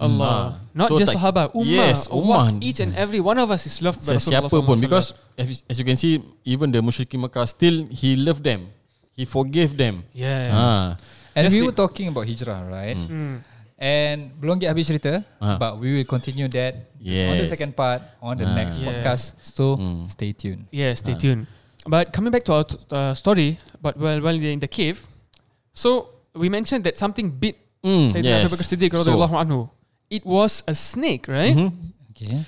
B: Allah,
A: Hmm.
B: not
A: So
B: just
A: tak-
B: Sahaba, Ummah,
A: Yes,
B: Allah's-
A: Ummah.
B: Each and every one of us is loved by Rasulullah.
A: Siapa pun
B: SAW.
A: because as- as you can see even the musyrikin Mekah still he loved them. He forgave them.
B: Yes.
A: Ha.
C: And
B: Just
C: we
B: li-
C: were talking about hijrah, right?
B: Mm.
C: And belum get habis cerita,
A: Ah.
C: but we will continue that on the
A: Yes.
C: second part on the
A: Ah.
C: next
B: Yeah.
C: podcast. So
A: Mm.
C: stay tuned.
B: Yeah, stay
A: Ah.
B: tuned. But coming back to our t- uh, story, but well, well, in the cave, so we mentioned that something bit
A: Mm,
B: Sayyidina Abu Bakr
A: yes.
B: Siddiq radhiyallahu anhu. It was a snake, right?
C: Okay.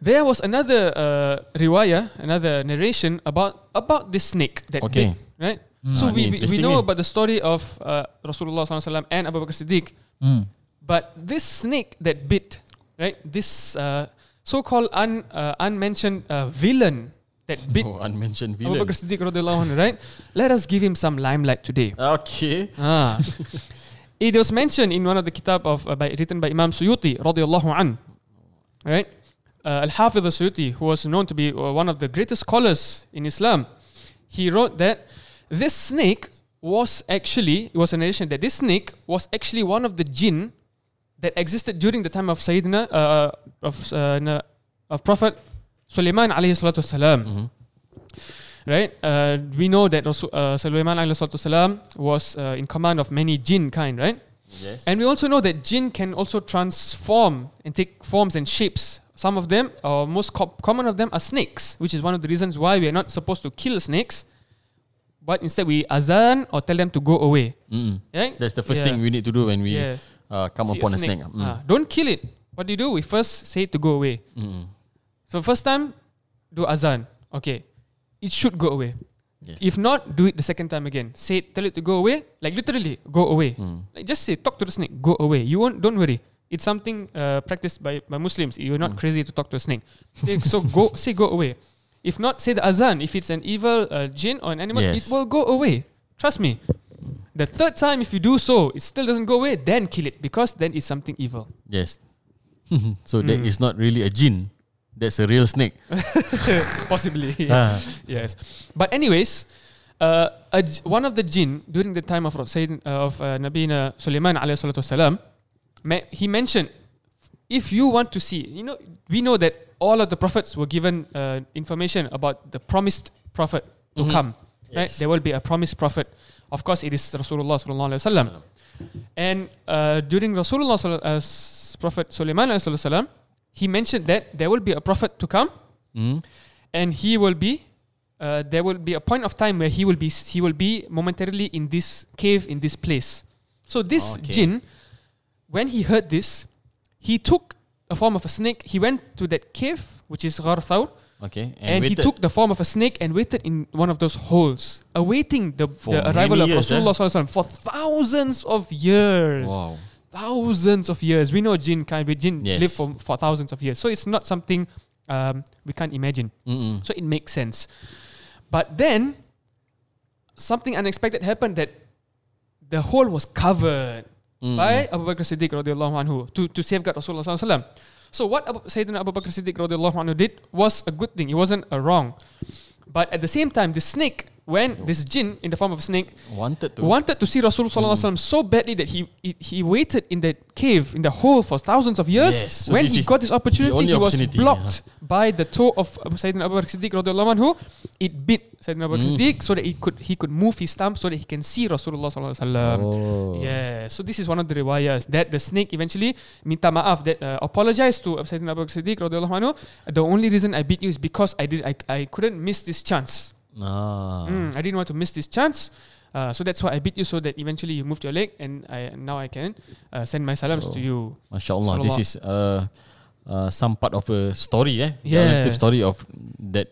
B: There was another uh, riwayah, another narration about about this snake that
A: Okay.
B: bit, right?
C: Mm.
B: So
A: Ah,
B: we,
A: ni
B: we, we
A: interesting
B: know
A: ni.
B: about the story of uh, Rasulullah SAW and Abu Bakr Siddiq.
C: Mm.
B: But this snake that bit, right? This uh, so-called un, uh, unmentioned uh, villain that bit
A: Oh, unmentioned
B: Abu
A: villain.
B: Bakr Siddiq radhiyallahu anhu, right? Let us give him some limelight today.
A: Okay.
B: Ah. it was mentioned in one of the kitab of uh, by, written by Imam Suyuti radhiyallahu an, right? Uh, Al-Hafiz al-Suyuti, who was known to be uh, one of the greatest scholars in Islam, he wrote that this snake was actually it was a narration that this snake was actually one of the jinn that existed during the time of Sayyidina uh, of uh, na- of Prophet Sulaiman alayhi salatu wasalam
A: Mhm.
B: right? Uh, we know that Rasul, uh, Sulaiman alaihi salatu wasalam was uh, in command of many jinn kind, right?
A: Yes.
B: And we also know that jinn can also transform and take forms and shapes. Some of them, or most co- common of them, are snakes, which is one of the reasons why we are not supposed to kill snakes, but instead we azan or tell them to go away.
A: Mm-mm.
B: Right?
A: That's the first
B: Yeah.
A: thing we need to do when we
B: Yeah.
A: uh, come
B: See
A: upon a snake. Mm.
B: Ah, don't kill it. What do you do? We first say to go away.
A: Mm-mm.
B: So first time, do azan. Okay, it should go away.
A: Yes.
B: If not, do it the second time again. Say, tell it to go away. Like literally, go away.
A: Mm.
B: Like just say, talk to the snake, go away. You won't. Don't worry. It's something uh, practiced by, by Muslims. You're
A: Hmm.
B: not crazy to talk to a snake. Say- so go, say go away. If not, say the azan. If it's an evil uh, jinn or an animal,
A: Yes.
B: it will go away. Trust me. The third time, if you do so, it still doesn't go away. Then kill it because then it's something evil.
A: Yes. so that
B: Hmm.
A: is not really a jinn. That's a real snake.
B: Possibly.
A: Ah.
B: yes. But anyways, uh, a j- one of the jinn during the time of Ra- Sayyidin, uh, of uh, Nabina Sulaiman alayhi salatu wasalam, ma- he mentioned, if you want to see, you know, we know that all of the prophets were given uh, information about the promised prophet to come. Right?
A: Yes.
B: There will be a promised prophet. Of course, it is Rasulullah sallallahu alaihi wasallam. And uh, during Rasulullah sal- uh, s- prophet Sulaiman alayhi salatu wasalam, he mentioned that there will be a prophet to come
A: Mm.
B: and he will be uh, there will be a point of time where he will be he will be momentarily in this cave in this place so this
A: Oh, Okay.
B: jinn when he heard this he took a form of a snake he went to that cave which is Ghar Thawr
A: Okay.
B: and, he
A: waited.
B: took the form of a snake and waited in one of those holes awaiting the,
A: For
B: the arrival of
A: many years, eh?
B: Rasulullah SAW for thousands of years
A: Wow.
B: thousands of years we know jinn can be jinn
A: Yes.
B: live for, for thousands of years so it's not something um, we can't imagine
A: Mm-mm.
B: so it makes sense. But then something unexpected happened that the hole was covered
A: Mm.
B: by Abu Bakr Siddiq radiallahu anhu to, to safeguard Rasulullah sallallahu alaihi wasallam. So what Abu, Sayyidina Abu Bakr Siddiq radiallahu anhu did was a good thing. It wasn't a wrong. But at the same time, the snake when this jinn in the form of a snake
A: Wanted to.
B: wanted to see Rasulullah mm. so badly that he, he he waited in that cave in the hole for thousands of years.
A: Yes, so
B: when
A: this is
B: he got this opportunity,
A: only
B: he was
A: opportunity,
B: blocked by the toe of Abu Sayyidina Abu Bakr Siddiq radhiyallahu anhu. It bit Sayyidina Abu Bakr
A: Mm.
B: Siddiq so that he could he could move his thumb so that he can see Rasulullah sallallahu alaihi wasallam.
A: oh.
B: um, Yeah, so this is one of the riwayas that the snake eventually minta maaf that uh, apologized to Sayyidina Abu Bakr Siddiq radhiyallahu anhu. The only reason I beat you is because I did I, I couldn't miss this chance.
A: Ah.
B: Mm, I didn't want to miss this chance. Uh, so that's why I beat you so that eventually you moved your leg and I now I can uh, send my salams
A: Oh.
B: to you.
A: Masya Allah. This
B: Salawat.
A: is uh, uh, some part of a story, eh? The
B: Yes.
A: narrative story of that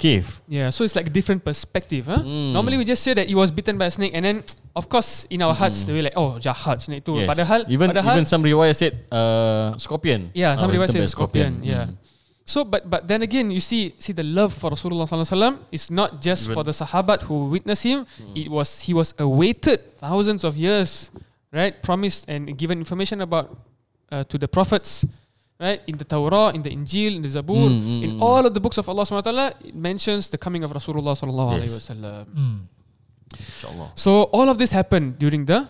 A: cave.
B: Yeah, so it's like a different perspective. Huh?
A: Mm.
B: Normally we just say that he was bitten by a snake and then of course in our hearts
A: Mm.
B: we're like, oh jahat snake tu.
A: Yes.
B: Padahal,
A: even
B: padahal
A: even some riwayah said uh, scorpion. Ah,
B: Yeah,
A: mm.
B: some riwayah
A: written by
B: said scorpion, yeah.
A: Hmm.
B: So, but but then again, you see, see the love for Rasulullah sallallahu alaihi wasallam is not just for the Sahabat who witnessed him.
A: Mm.
B: It was he was awaited thousands of years, right? Promised and given information about uh, to the prophets, right? In the Torah, in the Injil, in the Zabur,
A: Mm, mm,
B: in
A: mm.
B: all of the books of Allah subhanahu wa taala, it mentions the coming of Rasulullah sallallahu alaihi
A: Yes.
B: wasallam.
C: Mm.
A: Masya Allah.
B: So all of this happened during the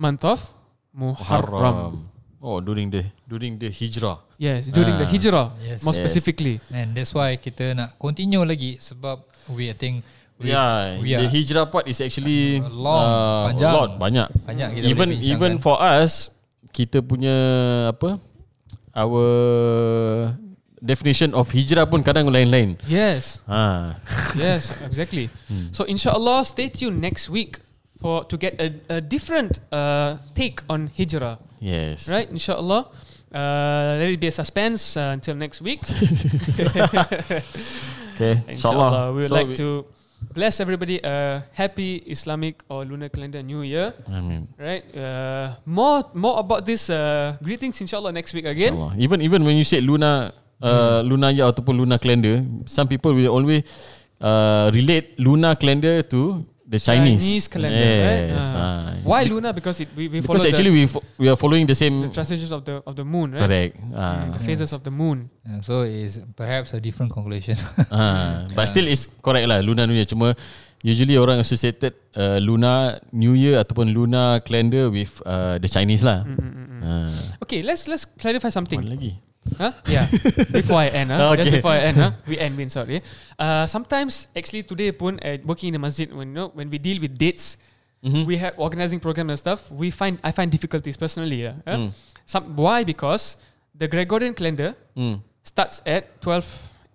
B: month of Muharram.
A: Haram. Oh, during the during the hijrah.
B: Yes, during the
A: Ah.
B: Hijrah,
C: Yes.
B: more
A: Yes.
B: specifically.
C: And that's why kita nak continue lagi sebab we I think we
B: oh,
A: yeah,
C: we
A: the
C: are-
A: hijrah part is actually
C: Long,
A: uh,
C: panjang.
A: a lot banyak.
C: banyak kita
A: even
C: boleh
A: even
C: bincangkan.
A: for us kita punya apa our definition of hijrah pun kadang lain-lain.
B: Yes.
A: Ha.
B: yes, exactly.
A: Hmm.
B: So inshallah, stay tuned next week for to get a, a different uh, take on hijrah,
A: Yes.
B: right? Inshallah. Uh, let it be a suspense uh, until next week.
A: Okay.
B: Inshallah, we would
A: So
B: like to bless everybody a happy Islamic or lunar calendar new year,
A: Amin.
B: right? Uh, more more about this uh, greetings inshallah next week again. Hmm.
A: InsyaAllah. Even even when you say Luna uh, Luna year ataupun Luna calendar, some people will always uh, relate Luna calendar to the Chinese,
B: Chinese calendar,
A: yes.
B: right?
A: ah.
B: Ah. Why lunar? Because it, we, we follow
A: Because
B: the-
A: actually we fo- we are following the
B: the
A: same
B: transitions of the of the moon, right? Mm,
A: correct. Ah.
B: The phases of the moon.
C: Yeah, so is perhaps a different conclusion.
A: Ah, but still is correct lah Luna New Year cuma usually orang associated uh, Luna New Year ataupun Luna calendar with uh, the Chinese lah.
B: Mm, mm, mm, mm.
A: Ah,
B: Okay, let's let's clarify something.
A: One lagi.
B: Huh? Yeah. before I end, huh? just
A: Okay.
B: before I end, huh? we end. Win, sorry. Uh, sometimes actually today pun at working in the masjid when you know, when we deal with dates,
A: Mhm.
B: we have organizing programs and stuff. We find I find difficulties personally. Yeah. huh?
A: Mm.
B: Some why because the Gregorian calendar
A: Mm.
B: starts at twelve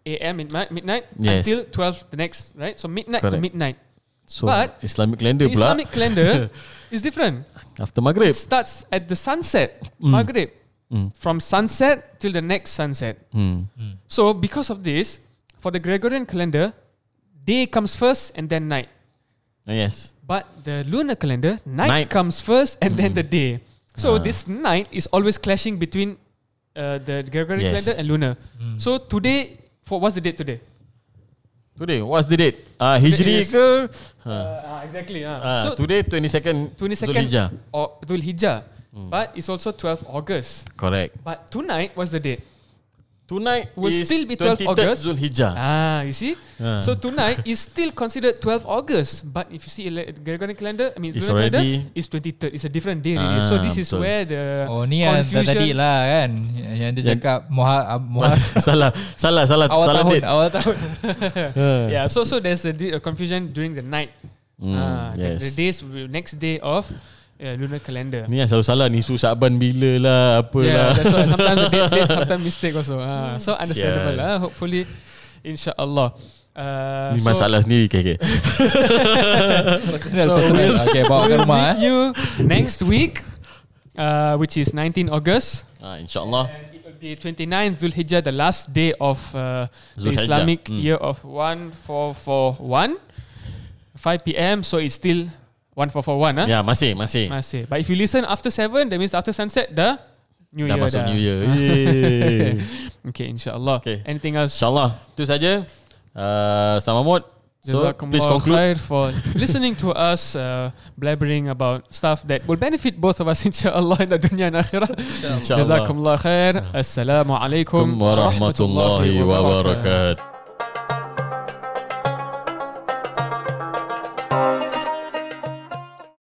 B: a.m. midnight midnight
A: Yes.
B: until twelve the next right. So midnight to
A: Correct.
B: midnight.
A: So
B: But
A: Islamic calendar
B: the
A: pula
B: Islamic calendar is different.
A: after Maghrib.
B: It starts at the sunset,
A: Mm.
B: Maghrib,
A: Mm.
B: from sunset till the next sunset.
A: Hmm.
B: So because of this, for the Gregorian calendar, day comes first and then night.
A: Ah, Yes.
B: But the lunar calendar, night,
A: Night.
B: comes first and then
A: Mm.
B: the day. So
A: Ah.
B: this night is always clashing between uh, the Gregorian
A: Yes.
B: calendar and lunar.
C: Mm.
B: So today, for what's the date today?
A: Today, what's the date? Ah, Hijri
B: Today is-
A: ke? Ha.
B: Uh, exactly. Uh.
A: Ah,
B: so
A: today 22nd
B: 22nd
A: Zulhijjah.
B: or Dhul Hijjah,
A: Hmm.
B: but it's also 12 August.
A: Correct.
B: But tonight, what's the date?
A: Tonight
B: Will
A: is
B: still be 12
A: 23rd
B: August.
A: Zulhijjah.
B: Ah, you see?
A: Ah.
B: So tonight is still considered 12 August, but if you see ele- Gregorian calendar, I mean
A: It's
B: lunar calendar,
A: already-
B: it's 23rd. It's a different day really.
A: Ah,
B: so this is
A: betul.
B: where the
C: Oh ni yang dah
B: confusion-
C: tadi lah kan Yang dia
A: Yang-
C: cakap Moha, moha
A: Mas- salah, salah, salah,
C: Awal
A: salah
C: tahun
A: date.
C: Awal tahun
B: yeah. So so there's the di- uh, confusion during the night.
A: Ah. Hmm,
B: Ah,
A: yes.
B: the- the, days will be next day of uh, lunar calendar.
A: Ni yang selalu salah ni Su Saban bila lah Apa lah
B: Yeah, that's why sometimes the date, date sometimes mistake also. Ah, so understandable.
A: Sial.
B: Ah, hopefully, inshallah. Uh,
A: Ni
B: so-
A: masalah sendiri okay, okay.
C: Personal
B: So
C: personal
B: we'll-
C: Okay bawa ke
B: We'll
C: rumah
B: meet
C: eh.
B: you next week, uh, which is 19 August.
A: ha, InsyaAllah
B: And it will be 29 Zulhijjah, the last day of uh, the
A: Zulhijjah.
B: Islamic
A: Mm.
B: year of 1441, 5 p.m. So it's still 1441. Huh?
A: Ya masih Masih
B: Masih. But if you listen after 7, that means after sunset, the New
A: Dah
B: Year.
A: masuk
B: dah.
A: New Year Yeay.
B: Okay, inshallah.
A: Okay.
B: Anything else?
A: InsyaAllah Itu saja uh, Sama Mahmud So please
B: Jazakumullah
A: conclude
B: khair for listening to us uh, blabbering about stuff that will benefit both of us inshallah in the dunya and akhirah.
A: InsyaAllah
B: Jazakumullah khair. Assalamu alaikum
A: Warahmatullahi wabarakatuh